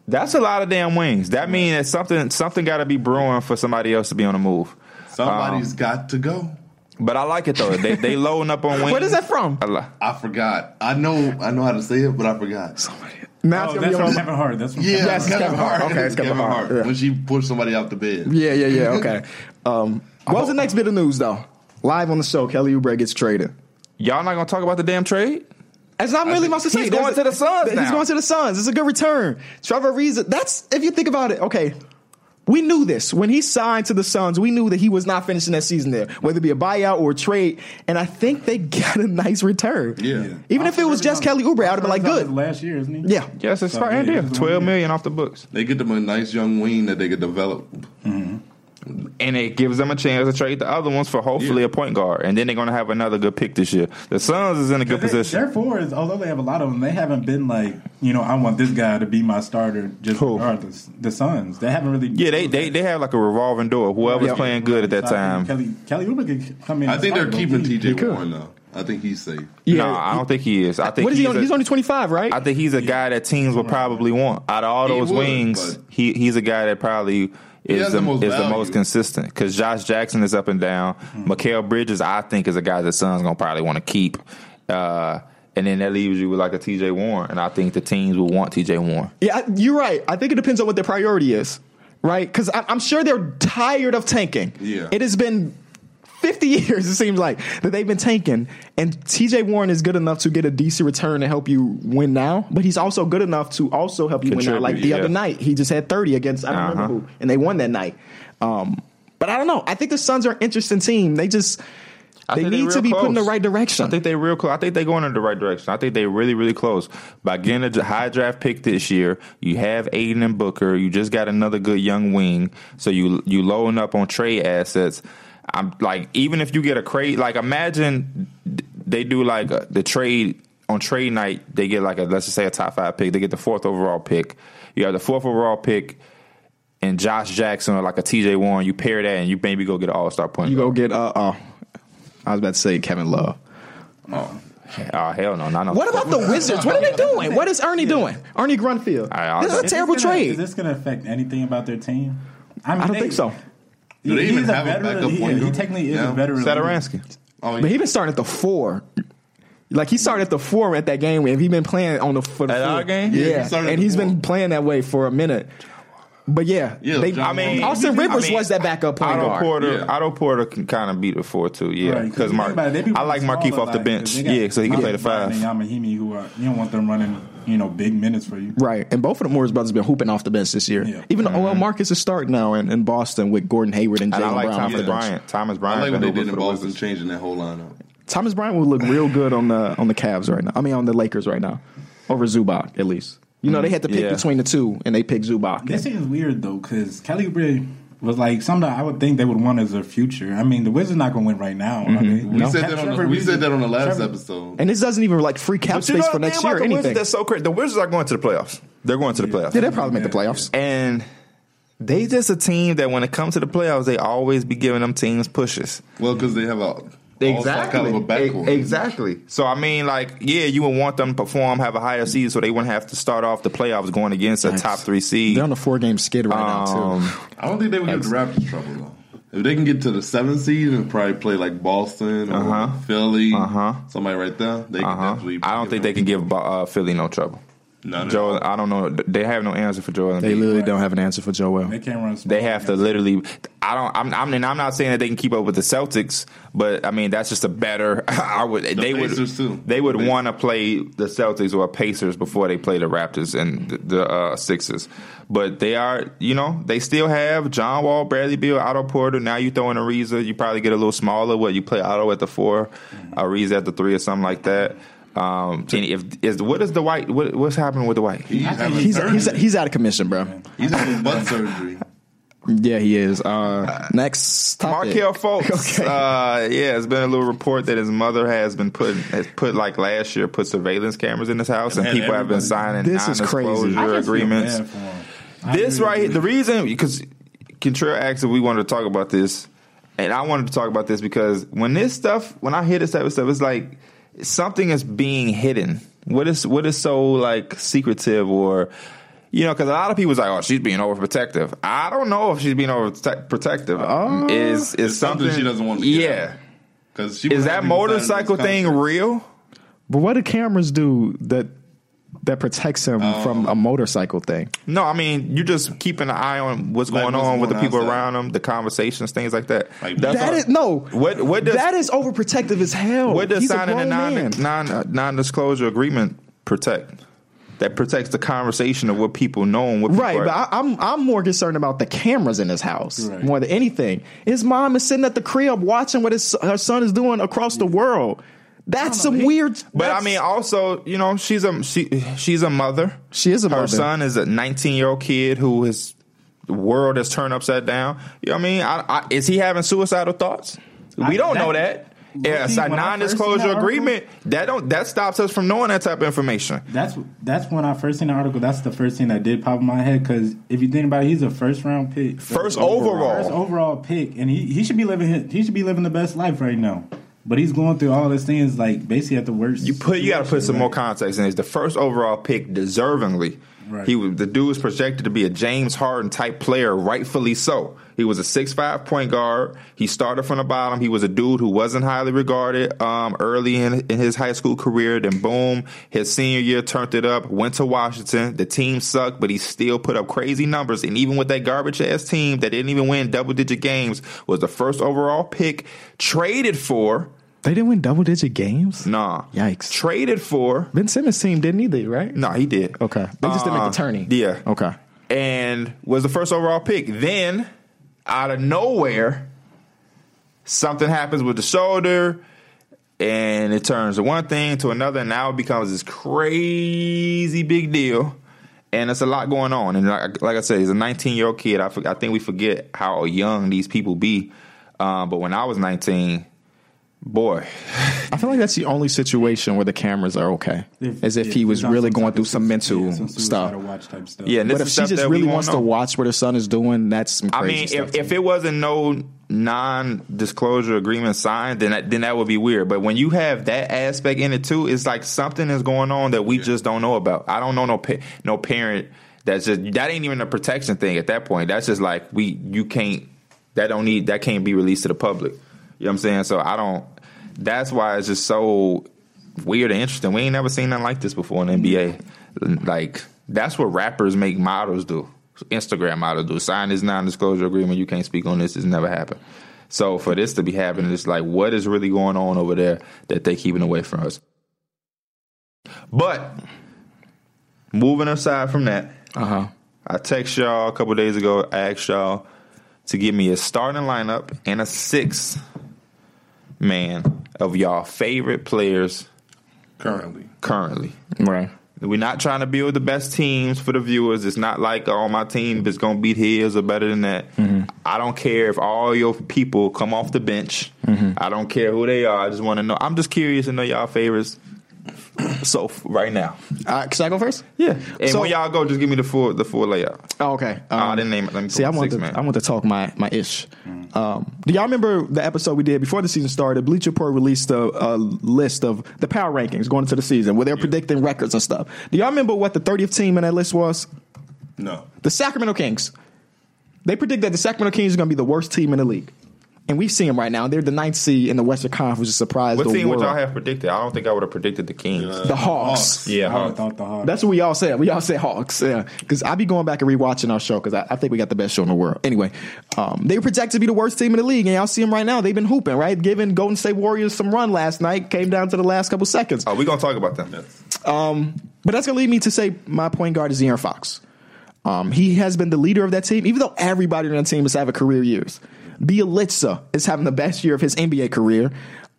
Speaker 2: That's a lot of damn wings. That means that something something got to be brewing for somebody else to be on the move.
Speaker 3: Somebody's
Speaker 1: Um,
Speaker 3: got to go.
Speaker 2: But I like it though. They they *laughs* loading up on wings.
Speaker 1: What is that from?
Speaker 4: Oh,
Speaker 2: I li-
Speaker 3: I forgot. I know I know how to say it, but I forgot.
Speaker 1: Now it's
Speaker 4: Oh,
Speaker 1: gonna
Speaker 4: that's
Speaker 1: be
Speaker 4: from
Speaker 1: on.
Speaker 4: Kevin Hart. That's from
Speaker 3: Yeah,
Speaker 4: Kevin
Speaker 1: Yes,
Speaker 4: Hart.
Speaker 1: Kevin Hart. Okay, it's Kevin Hart. Yeah.
Speaker 3: When she pushed somebody out the bed.
Speaker 1: Yeah, yeah, yeah. *laughs* Okay. Um, what was the next bit of news though? Live on the show, Kelly Oubre gets traded.
Speaker 2: Y'all not gonna talk about the damn trade?
Speaker 1: That's not really
Speaker 3: think-
Speaker 1: much to say.
Speaker 2: He's
Speaker 1: There's
Speaker 2: going
Speaker 1: a-
Speaker 2: to the Suns
Speaker 1: He's
Speaker 2: now.
Speaker 1: going to the Suns. It's a good return. Trevor Ariza. That's if you think about it. Okay, we knew this when he signed to the Suns. We knew that he was not finishing that season there, whether it be a buyout or a trade. And I think they *laughs* got a nice return.
Speaker 3: Yeah.
Speaker 1: Even if it was just Kelly Oubre, I would have been like,
Speaker 4: That was
Speaker 1: good.
Speaker 4: Last year, isn't he?
Speaker 1: Yeah.
Speaker 2: Yes, it's
Speaker 4: So,
Speaker 2: right
Speaker 4: yeah,
Speaker 2: here.
Speaker 4: it's the
Speaker 2: Twelve
Speaker 4: one-
Speaker 2: million off the books,
Speaker 3: They get them a nice young wing that they could develop.
Speaker 2: and it gives them a chance to trade the other ones for hopefully
Speaker 3: Yeah.
Speaker 2: a point guard, and then they're gonna have another good pick this year. The Suns is in a good
Speaker 4: They-
Speaker 2: position.
Speaker 4: Their forwards, although they have a lot of them, they haven't been like you know I want this guy to be my starter. Just
Speaker 2: Who?
Speaker 4: regardless. the Suns. They haven't really.
Speaker 2: Yeah, they, they they have like a revolving door. Whoever's
Speaker 1: Yeah.
Speaker 2: playing good at that
Speaker 4: So I
Speaker 2: time.
Speaker 4: think Kelly Kelly Oubre can come in.
Speaker 3: I
Speaker 4: and
Speaker 3: think they're
Speaker 4: start,
Speaker 3: keeping
Speaker 4: low-key.
Speaker 3: TJ Warren though. I think he's safe.
Speaker 1: Yeah.
Speaker 2: no, I don't think he is. I think
Speaker 1: What is
Speaker 2: he's
Speaker 1: he on?
Speaker 2: a-
Speaker 1: He's only twenty five, right?
Speaker 2: I think he's a guy that teams would probably want out of all
Speaker 3: He
Speaker 2: those
Speaker 3: would,
Speaker 2: wings.
Speaker 3: but-
Speaker 2: He he's a guy that probably is
Speaker 3: has
Speaker 2: the,
Speaker 3: the most
Speaker 2: is the
Speaker 3: value. Mm-hmm.
Speaker 2: most consistent because Josh Jackson is up and down. Mikael Bridges, I think, is a guy that Suns gonna probably want to keep. Uh, and then that leaves you with like a TJ Warren, and I think the teams will want TJ Warren.
Speaker 1: Yeah, I- you're right. I think it depends on what their priority is, right? Because I'm sure they're tired of tanking.
Speaker 3: Yeah.
Speaker 1: It has been 50 *laughs* years, it seems like, that they've been tanking. And TJ Warren is good enough to get a decent return to help you win now, but he's also good enough to also help you win now.
Speaker 2: Contribute,
Speaker 1: Like the
Speaker 2: yeah.
Speaker 1: other night, he just had 30 against, I don't
Speaker 2: Uh-huh.
Speaker 1: remember who, and they won that night. Um, but I don't know. I think the Suns are an interesting team. They just.
Speaker 2: I
Speaker 1: They
Speaker 2: think they're
Speaker 1: need to
Speaker 2: real
Speaker 1: be put in the
Speaker 2: close.
Speaker 1: right direction.
Speaker 2: I think they real close. I think they going in the right direction. I think they really really close by getting a d- high draft pick this year. You have Aiden and Booker. You just got another good young wing. So you you loading up on trade assets. I'm like even if you get a crate, like imagine th- they do like a, the trade on trade night they get like a let's just say a top five pick. They get the fourth overall pick. You have the fourth overall pick and Josh Jackson or like a TJ Warren. You pair that and you maybe go get an All Star point.
Speaker 1: You
Speaker 2: guard.
Speaker 1: go get uh oh. I was about to say Kevin Love.
Speaker 2: Oh hell no, no, no.
Speaker 1: What about the Wizards? What are they doing? What is Ernie doing? Ernie Grunfield.
Speaker 2: I- I-
Speaker 1: this is a
Speaker 2: Is
Speaker 1: terrible
Speaker 4: this gonna-
Speaker 1: trade.
Speaker 4: Is this going to affect anything about their team? mean,
Speaker 1: I don't
Speaker 4: they-
Speaker 1: think so.
Speaker 4: he-
Speaker 3: Do they even
Speaker 4: he's a
Speaker 3: have a
Speaker 4: veteran.
Speaker 3: backup
Speaker 4: he,
Speaker 3: point
Speaker 4: he
Speaker 3: guard?
Speaker 4: technically is a
Speaker 3: No.
Speaker 4: veteran.
Speaker 2: Saturansky?
Speaker 3: Oh,
Speaker 1: But he been starting at the four. Like he started at the four at that game, and he been playing on the for the
Speaker 2: At
Speaker 1: four.
Speaker 2: our game?
Speaker 1: Yeah,
Speaker 3: Yeah, he started at
Speaker 1: and
Speaker 3: the
Speaker 1: he's been
Speaker 3: four.
Speaker 1: playing that way for a minute. But yeah,
Speaker 3: Yeah,
Speaker 1: they,
Speaker 3: John I mean,
Speaker 1: Austin Rivers
Speaker 2: I mean,
Speaker 1: was that backup point
Speaker 2: Otto
Speaker 1: guard.
Speaker 2: Porter,
Speaker 3: Yeah.
Speaker 2: Otto Porter can kind of beat the four too, yeah.
Speaker 4: Right,
Speaker 2: Because
Speaker 4: you
Speaker 2: Mark,
Speaker 4: think about it, they be
Speaker 2: I like
Speaker 4: smaller,
Speaker 2: Marquise off the
Speaker 4: like,
Speaker 2: bench,
Speaker 4: they got
Speaker 2: yeah, so he can play the
Speaker 4: Martin
Speaker 2: five.
Speaker 4: And Yamahimi, who are, you don't want them running, you know, big minutes for you.
Speaker 1: Right, and both of the Morris brothers been hooping off the bench this year.
Speaker 4: Yeah.
Speaker 1: Even though OL Marcus is starting now in, in Boston with Gordon Hayward and
Speaker 2: Mm-hmm. And I
Speaker 1: Jalen
Speaker 2: like
Speaker 1: Brown. off the
Speaker 2: Thomas
Speaker 1: bench.
Speaker 2: Bryant. Thomas
Speaker 3: I
Speaker 2: Bryant.
Speaker 3: like what
Speaker 2: been
Speaker 3: they
Speaker 2: over
Speaker 3: did
Speaker 2: for
Speaker 3: in
Speaker 2: the
Speaker 3: Boston,
Speaker 2: Wizards.
Speaker 3: changing that whole lineup.
Speaker 1: Thomas Bryant would look real good on the on the Cavs right now. I mean, on the Lakers right now, over Zubac at least. You know, they had to pick
Speaker 2: Mm, Yeah.
Speaker 1: between the two, and they picked Zubac.
Speaker 4: This seems weird though, because Kelly Oubre was like something I would think they would want as their future. I mean, the Wizards not going to win right now.
Speaker 2: Mm-hmm.
Speaker 4: I mean,
Speaker 3: We said that on the,
Speaker 4: Trevor
Speaker 3: we said that on the last
Speaker 4: Trevor-
Speaker 3: episode.
Speaker 1: and this doesn't even like free cap
Speaker 2: But you
Speaker 1: space for
Speaker 2: know the thing
Speaker 1: next
Speaker 2: about
Speaker 1: year or
Speaker 2: the Wizards
Speaker 1: anything.
Speaker 2: That's so crazy. The Wizards are going to the playoffs. They're going to the playoffs.
Speaker 1: Yeah, they'll probably make the playoffs.
Speaker 2: And they just a team that when it comes to the playoffs, they always be giving them teams pushes.
Speaker 3: Well, because they have a all-star caliber backcourt.
Speaker 2: E- Exactly. So I mean, like, yeah, you would want them to perform, have a higher seed, so they wouldn't have to start off the playoffs going against a top three seed.
Speaker 1: They're on a four game skid right now too.
Speaker 2: Um,
Speaker 3: I don't think they would give the Raptors trouble though. If they can get to the seventh seed and probably play like Boston or
Speaker 2: Uh-huh.
Speaker 3: Philly,
Speaker 2: Uh-huh.
Speaker 3: somebody right there, they can
Speaker 2: uh-huh.
Speaker 3: definitely.
Speaker 2: I don't think they can give uh, Philly no trouble.
Speaker 3: No, no.
Speaker 2: Joel, I don't know. They have no answer for Joel.
Speaker 1: They
Speaker 2: Embiid.
Speaker 1: literally don't have an answer for Joel.
Speaker 4: They can't run. small.
Speaker 2: They have to literally. I don't. I'm. I'm, and I'm not saying that they can keep up with the Celtics, but I mean that's just a better. *laughs* I would. they
Speaker 3: Pacers,
Speaker 2: would.
Speaker 3: too.
Speaker 2: They would
Speaker 3: Pacers.
Speaker 2: want to play the Celtics or Pacers before they play the Raptors and the, the uh, Sixers. But they are. You know, they still have John Wall, Bradley Beal, Otto Porter. Now you throw in Ariza. You probably get a little smaller. What you play Otto at the four, Ariza at the three, or something like that. Um, and if is what is the white? What, what's happening with the white?
Speaker 3: He's having,
Speaker 1: He's
Speaker 3: surgery.
Speaker 1: he's he's out of commission, bro.
Speaker 3: He's having butt surgery.
Speaker 1: Yeah, he is. Uh, next topic. *laughs*
Speaker 2: Markel Fultz.
Speaker 1: Okay.
Speaker 2: Uh, yeah, it's been a little report that his mother has been put has put like last year put surveillance cameras in his house, and,
Speaker 3: Man,
Speaker 2: people have been signing
Speaker 1: This is crazy. I
Speaker 2: non-disclosure
Speaker 4: I just feel
Speaker 2: agreements.
Speaker 4: bad for 'em. I
Speaker 2: This
Speaker 4: really
Speaker 2: right here,
Speaker 4: do.
Speaker 2: the reason because Contreras asked if we wanted to talk about this, and I wanted to talk about this because when this stuff, when I hear this type of stuff, it's like something is being hidden. What is what is so like secretive or you know? Because a lot of people's like, oh, she's being overprotective. I don't know if she's being overprotective.
Speaker 1: Uh,
Speaker 2: is is
Speaker 3: It's something
Speaker 2: something
Speaker 3: she doesn't want to get
Speaker 2: Yeah.
Speaker 3: Because she
Speaker 2: Is
Speaker 3: would have
Speaker 2: that
Speaker 3: to be signing those
Speaker 2: motorcycle thing
Speaker 3: contracts.
Speaker 2: real?
Speaker 1: But what do cameras do that that protects him
Speaker 2: Oh.
Speaker 1: from a motorcycle thing?
Speaker 2: No, I mean you just keeping an eye on what's
Speaker 3: Like,
Speaker 2: going
Speaker 3: what's
Speaker 2: on with the
Speaker 3: going
Speaker 2: people
Speaker 3: outside.
Speaker 2: around them, the conversations, things like that.
Speaker 3: Like,
Speaker 2: That's
Speaker 1: That
Speaker 2: all-
Speaker 1: is no.
Speaker 2: What- what does-
Speaker 1: that is overprotective as hell.
Speaker 2: What does
Speaker 1: He's a
Speaker 2: signing a
Speaker 1: grown
Speaker 2: non,
Speaker 1: man.
Speaker 2: non uh, non-disclosure agreement protect? That protects the conversation of what people know and what people
Speaker 1: Right,
Speaker 2: are-
Speaker 1: but I, I'm I'm more concerned about the cameras in his house
Speaker 4: Right.
Speaker 1: more than anything. His mom is sitting at the crib watching what his her son is doing across the world. That's some weird.
Speaker 2: But I
Speaker 1: that's-
Speaker 2: mean, also, you know, she's a she she's a mother.
Speaker 1: She is a
Speaker 2: Her
Speaker 1: mother.
Speaker 2: son is a 19 year old kid who his world is turned upside down. You know what I mean? I, I, is he having suicidal thoughts? We
Speaker 4: I-
Speaker 2: don't
Speaker 4: that-
Speaker 2: know that. Yeah, it's a
Speaker 4: Low-key, when I first seen
Speaker 2: non-disclosure
Speaker 4: that
Speaker 2: agreement that don't that stops us from knowing that type of information.
Speaker 4: That's that's when I first seen the article. That's the first thing that did pop in my head because if you think about it, he's a first round pick,
Speaker 2: First overall.
Speaker 4: first overall pick, and he, he should be living his, he should be living the best life right now. But he's going through all these things like basically at the worst.
Speaker 2: You put you got to put some
Speaker 4: situation,
Speaker 2: more
Speaker 4: right?
Speaker 2: context in. It's the first overall pick, deservingly.
Speaker 4: Right.
Speaker 2: He was the dude was projected to be a James Harden type player, rightfully so. He was a six five point guard. He started from the bottom. He was a dude who wasn't highly regarded um, early in, in his high school career. Then boom, his senior year turned it up. Went to Washington. The team sucked, but he still put up crazy numbers. And even with that garbage ass team that didn't even win double digit games, was the first overall pick traded for.
Speaker 1: they didn't win double digit games.
Speaker 2: Nah.
Speaker 1: Yikes.
Speaker 2: Traded for.
Speaker 1: Ben Simmons' team didn't either, right?
Speaker 2: No, he did.
Speaker 1: Okay, they just didn't make
Speaker 2: Mm. Uh,
Speaker 1: the tourney.
Speaker 2: Yeah.
Speaker 1: Okay.
Speaker 2: And was the first overall pick. Then, out of nowhere, something happens with the shoulder, and it turns to one thing to another, and now it becomes this crazy big deal. And it's a lot going on. And like, like I said, he's a 19 year old kid. I, Uh, for- I think we forget how young these people be. Um, but when I was 19, Boy,
Speaker 1: I feel like that's the only situation where the cameras are okay.
Speaker 4: If-
Speaker 1: As if
Speaker 4: yeah,
Speaker 1: he was
Speaker 4: he's on
Speaker 1: really
Speaker 4: some
Speaker 1: going
Speaker 4: type
Speaker 1: through
Speaker 4: of
Speaker 1: some
Speaker 4: suicide-
Speaker 1: mental
Speaker 4: yeah, some suicidal
Speaker 1: stuff.
Speaker 4: watch type stuff.
Speaker 2: yeah. and this
Speaker 1: But if
Speaker 2: is
Speaker 1: she
Speaker 2: stuff
Speaker 1: just
Speaker 2: that we
Speaker 1: really
Speaker 2: won't
Speaker 1: wants
Speaker 2: know.
Speaker 1: to watch what her son is doing, that's some
Speaker 2: I
Speaker 1: crazy
Speaker 2: mean,
Speaker 1: stuff.
Speaker 2: if, if it wasn't no non-disclosure agreement signed, then that, then that would be weird. But when you have that aspect in it too, it's like something is going on that we just don't know about. I don't know no pa- no parent that's just that ain't even a protection thing at that point. That's just like we you can't that don't need that can't be released to the public. You know what I'm saying? So I don't. That's why it's just so weird and interesting. We ain't never seen nothing like this before in the NBA. Like that's what rappers make models do. Instagram models do. Sign this non-disclosure agreement. You can't speak on this. It's never happened. So for this to be happening, it's like what is really going on over there that they keeping away from us. But moving aside from that,
Speaker 1: uh
Speaker 2: Uh-huh.
Speaker 1: huh.
Speaker 2: I text y'all a couple days ago. I asked y'all to give me a starting lineup and a six man of y'all favorite players
Speaker 3: currently.
Speaker 2: currently.
Speaker 1: Right.
Speaker 2: We're not trying to build the best teams for the viewers. It's not like oh my team is gonna beat his or better than that.
Speaker 1: Mm-hmm.
Speaker 2: I don't care if all your people come off the bench.
Speaker 1: Mm-hmm.
Speaker 2: I don't care who they are. I just want to know. I'm just curious to know y'all favorites. So f- right now,
Speaker 1: Uh, can I go first?
Speaker 2: yeah. And
Speaker 1: So-
Speaker 2: when y'all go, just give me the full the full layout.
Speaker 1: Oh, okay.
Speaker 2: Oh, I
Speaker 1: Um,
Speaker 2: didn't name it. Let me
Speaker 1: See, I
Speaker 2: pull up
Speaker 1: want
Speaker 2: six,
Speaker 1: to
Speaker 2: man.
Speaker 1: I want to talk my my ish. Um, do y'all remember the episode we did before the season started? Bleacher Report released a, a list of the power rankings going into the season, where they're predicting records and stuff. Do y'all remember what the 30th team in that list was?
Speaker 3: No.
Speaker 1: The Sacramento Kings. They predict that the Sacramento Kings is going to be the worst team in the league, and we've seen them right now. They're the ninth seed in the Western Conference. A surprise.
Speaker 2: What
Speaker 1: the
Speaker 2: team
Speaker 1: world.
Speaker 2: would y'all have predicted? I don't think I would have predicted the Kings.
Speaker 1: The Hawks.
Speaker 2: Yeah,
Speaker 4: I would've thought the Hawks.
Speaker 1: That's what we all said. We all said Hawks. Yeah. Because I be going back and rewatching our show because I, I think we got the best show in the world. Anyway, um, they were projected to be the worst team in the league, and y'all see them right now. They've been hooping, right? Giving Golden State Warriors some run last night. Came down to the last couple seconds.
Speaker 2: Oh, we're gonna talk about them.
Speaker 1: But that's going to lead me to say my point guard is De'Aaron Fox. Um, he has been the leader of that team, even though everybody on that team is having career years. Bielitsa is having the best year of his NBA career.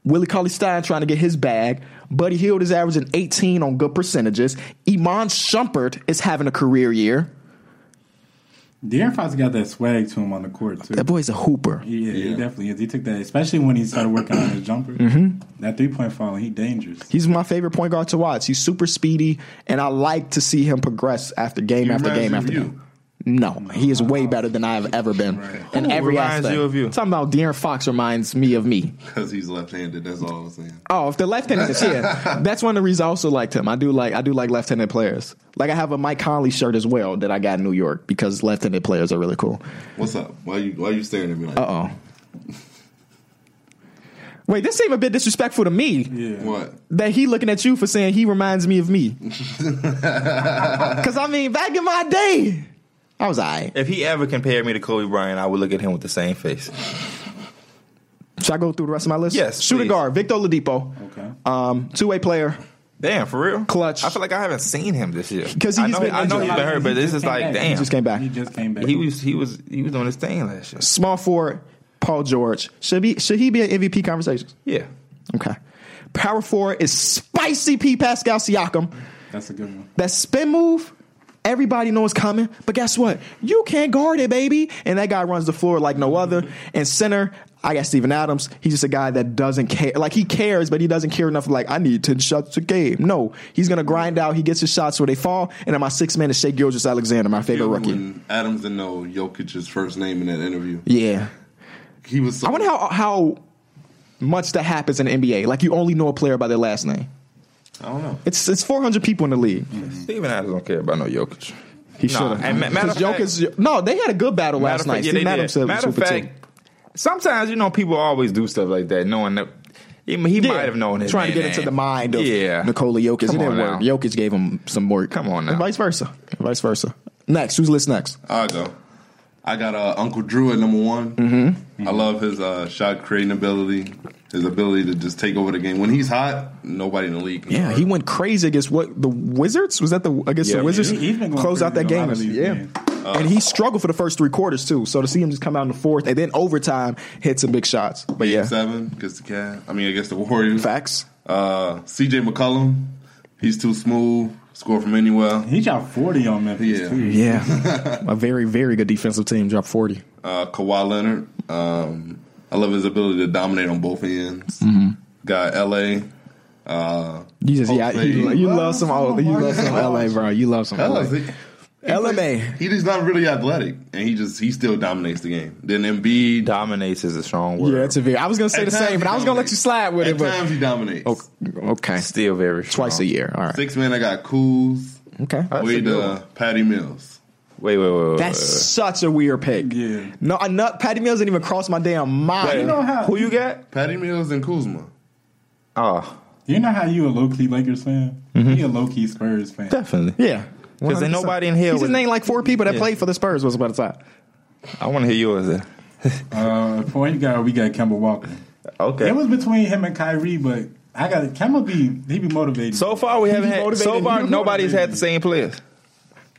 Speaker 1: Willie Cauley Stein trying to get his bag. Buddy Hield is averaging 18 on good percentages. Iman Shumpert is having a career year.
Speaker 4: De'Aaron Fox got that swag to him on the court too.
Speaker 1: That boy's a hooper.
Speaker 4: Yeah, he
Speaker 3: Yeah.
Speaker 4: definitely is. He took that, especially when he started working on his jumper.
Speaker 1: Mm-hmm.
Speaker 4: That three point falling, he dangerous.
Speaker 1: He's my favorite point guard to watch. He's super speedy, and I like to see him progress after game after
Speaker 3: reminds
Speaker 1: game
Speaker 3: me of
Speaker 1: after
Speaker 3: you.
Speaker 1: game. No, he is way better than I have ever been in
Speaker 2: Oh, Who
Speaker 1: every
Speaker 2: reminds
Speaker 1: aspect.
Speaker 2: you of you?
Speaker 1: Talking about De'Aaron Fox reminds me of me.
Speaker 3: Because he's left-handed. That's all I'm saying.
Speaker 1: Oh, if the left-handed is
Speaker 2: *laughs*
Speaker 1: here, that's one of the reasons I also liked him. I do like I do like left-handed players. Like I have a Mike Conley shirt as well that I got in New York because left-handed players are really cool.
Speaker 3: What's up? Why you Why you staring at me like?
Speaker 1: Uh oh. Wait, this seemed a bit disrespectful to me.
Speaker 4: Yeah.
Speaker 3: What?
Speaker 1: that he looking at you for saying he reminds me of
Speaker 2: *laughs*
Speaker 1: me. Cause I mean, back in my day, I was alright.
Speaker 2: If he ever compared me to Kobe Bryant, I would look at him with the same face.
Speaker 1: Should I go through the rest of my list?
Speaker 2: Yes,
Speaker 1: Shooter
Speaker 2: please.
Speaker 1: guard, Victor Oladipo.
Speaker 4: Okay.
Speaker 1: Um, two way player.
Speaker 2: Damn, for real,
Speaker 1: Clutch.
Speaker 2: I feel like I haven't seen him this year
Speaker 1: 'Cause he's
Speaker 2: I know,
Speaker 1: been
Speaker 2: I know
Speaker 1: injured.
Speaker 2: he's been hurt, but
Speaker 4: He
Speaker 2: this
Speaker 4: just
Speaker 2: is
Speaker 4: came
Speaker 2: like
Speaker 4: back.
Speaker 2: damn.
Speaker 4: He
Speaker 1: He just came back.
Speaker 4: He just came back.
Speaker 2: He was he was he was doing his thing last year.
Speaker 1: Small forward, Paul George. Should be should he be in MVP conversations?
Speaker 2: Yeah,
Speaker 1: Okay. Power forward is spicy P Pascal Siakam.
Speaker 4: That's a good one.
Speaker 1: That spin move, everybody knows it's coming, but guess what? You can't guard it, baby. And that guy runs the floor like no other. And center, I got Steven Adams. He's just a guy that doesn't care. Like he cares, but he doesn't care enough. Like I need ten shots a game. No, he's gonna grind out. He gets his shots where they fall. And then my sixth man is Shea Gilgis Alexander, my favorite rookie.
Speaker 3: When Adams didn't know Jokic's first name in that interview.
Speaker 1: Yeah,
Speaker 3: He was. So,
Speaker 1: I wonder how how much that happens in the NBA. Like you only know a player by their last name.
Speaker 3: I don't know.
Speaker 1: It's it's four hundred people in the league.
Speaker 2: Steven Adams don't care about no Jokic.
Speaker 1: He
Speaker 2: Nah,
Speaker 1: should
Speaker 2: and ma-
Speaker 1: have.
Speaker 2: matter of fact-
Speaker 1: no, they had a good battle
Speaker 2: Matter
Speaker 1: last
Speaker 2: of
Speaker 1: night.
Speaker 2: fact, yeah,
Speaker 1: Steven
Speaker 2: they
Speaker 1: Adams
Speaker 2: did.
Speaker 1: said it was
Speaker 2: Matter of
Speaker 1: super
Speaker 2: fact,
Speaker 1: team.
Speaker 2: sometimes you know people always do stuff like that, knowing that he, he
Speaker 1: Yeah.
Speaker 2: might have known his
Speaker 1: trying to
Speaker 2: main
Speaker 1: get into
Speaker 2: name.
Speaker 1: the mind of
Speaker 2: yeah.
Speaker 1: Nikola Jokic.
Speaker 2: Come
Speaker 1: it didn't
Speaker 2: on
Speaker 1: work.
Speaker 2: now.
Speaker 1: Jokic gave him some more.
Speaker 2: Come on now.
Speaker 1: and vice versa, And vice versa. Next, who's list next?
Speaker 3: I'll go. I got uh, Uncle Drew at number one. Mm-hmm. I love his uh, shot creating ability, his ability to just take over the game. When he's hot, nobody in the league. Can
Speaker 1: Yeah,
Speaker 3: guard
Speaker 1: he
Speaker 3: him.
Speaker 1: went crazy against what the Wizards was that the against
Speaker 2: Yeah,
Speaker 1: the Wizards
Speaker 4: he- he's been going
Speaker 1: closed out that
Speaker 4: crazy in a
Speaker 1: game.
Speaker 4: lot of
Speaker 1: Yeah.
Speaker 4: these games.
Speaker 1: and he struggled for the first three quarters too. So to see him just come out in the fourth and then overtime hit some big shots. But yeah,
Speaker 3: seven against the cat. I mean, against the Warriors.
Speaker 1: facts.
Speaker 3: Uh, CJ McCollum, he's too smooth. Score from anywhere.
Speaker 4: He dropped forty on Memphis
Speaker 3: Yeah.
Speaker 4: too. *laughs*
Speaker 1: Yeah, a very very good defensive team dropped forty.
Speaker 3: Uh, Kawhi Leonard. Um, I love his ability to dominate on both ends.
Speaker 1: Mm-hmm.
Speaker 3: Got LA. Uh,
Speaker 1: You just yeah, you,
Speaker 3: Hopefully.
Speaker 1: you love some old, you love some LA, bro. You love some LA.
Speaker 3: he-
Speaker 1: LMA.
Speaker 3: He just not really athletic, and he just he still dominates the game. Then Embiid,
Speaker 2: Dominates is a strong word.
Speaker 1: Yeah, it's a very. I was gonna say
Speaker 3: At
Speaker 1: the same,
Speaker 3: times
Speaker 1: but I was gonna let you slide with
Speaker 3: at
Speaker 1: it. But
Speaker 3: times he dominates.
Speaker 1: okay,
Speaker 2: Still very strong.
Speaker 1: twice a year. All right.
Speaker 3: Six man, I got Kuz,
Speaker 1: Okay.
Speaker 2: That's a
Speaker 3: Wade,
Speaker 2: good
Speaker 3: uh,
Speaker 2: one.
Speaker 3: Patty Mills.
Speaker 2: Wait, wait, wait, wait.
Speaker 1: That's
Speaker 2: wait.
Speaker 1: such a weird pick.
Speaker 4: Yeah.
Speaker 1: No, I know Patty Mills didn't even cross my damn mind.
Speaker 2: Wait,
Speaker 4: You know how-
Speaker 2: who you got?
Speaker 3: Patty Mills and Kuzma.
Speaker 2: Oh,
Speaker 4: You know how you a low key Lakers fan? He a low key Spurs fan.
Speaker 2: definitely.
Speaker 1: Mm-hmm. Yeah.
Speaker 2: 'Cause ain't
Speaker 1: 100%.
Speaker 2: nobody in here
Speaker 1: He just
Speaker 2: with-
Speaker 1: named like four people that
Speaker 2: Yeah.
Speaker 1: played for the Spurs was about the time.
Speaker 2: I want to hear yours. Then.
Speaker 4: Uh, point guard, we got Kemba Walker.
Speaker 2: Okay.
Speaker 4: It was between him and Kyrie, but I got Kemba be he be motivated.
Speaker 2: so far, we haven't had. So
Speaker 1: motivated.
Speaker 2: far, nobody's had the same players.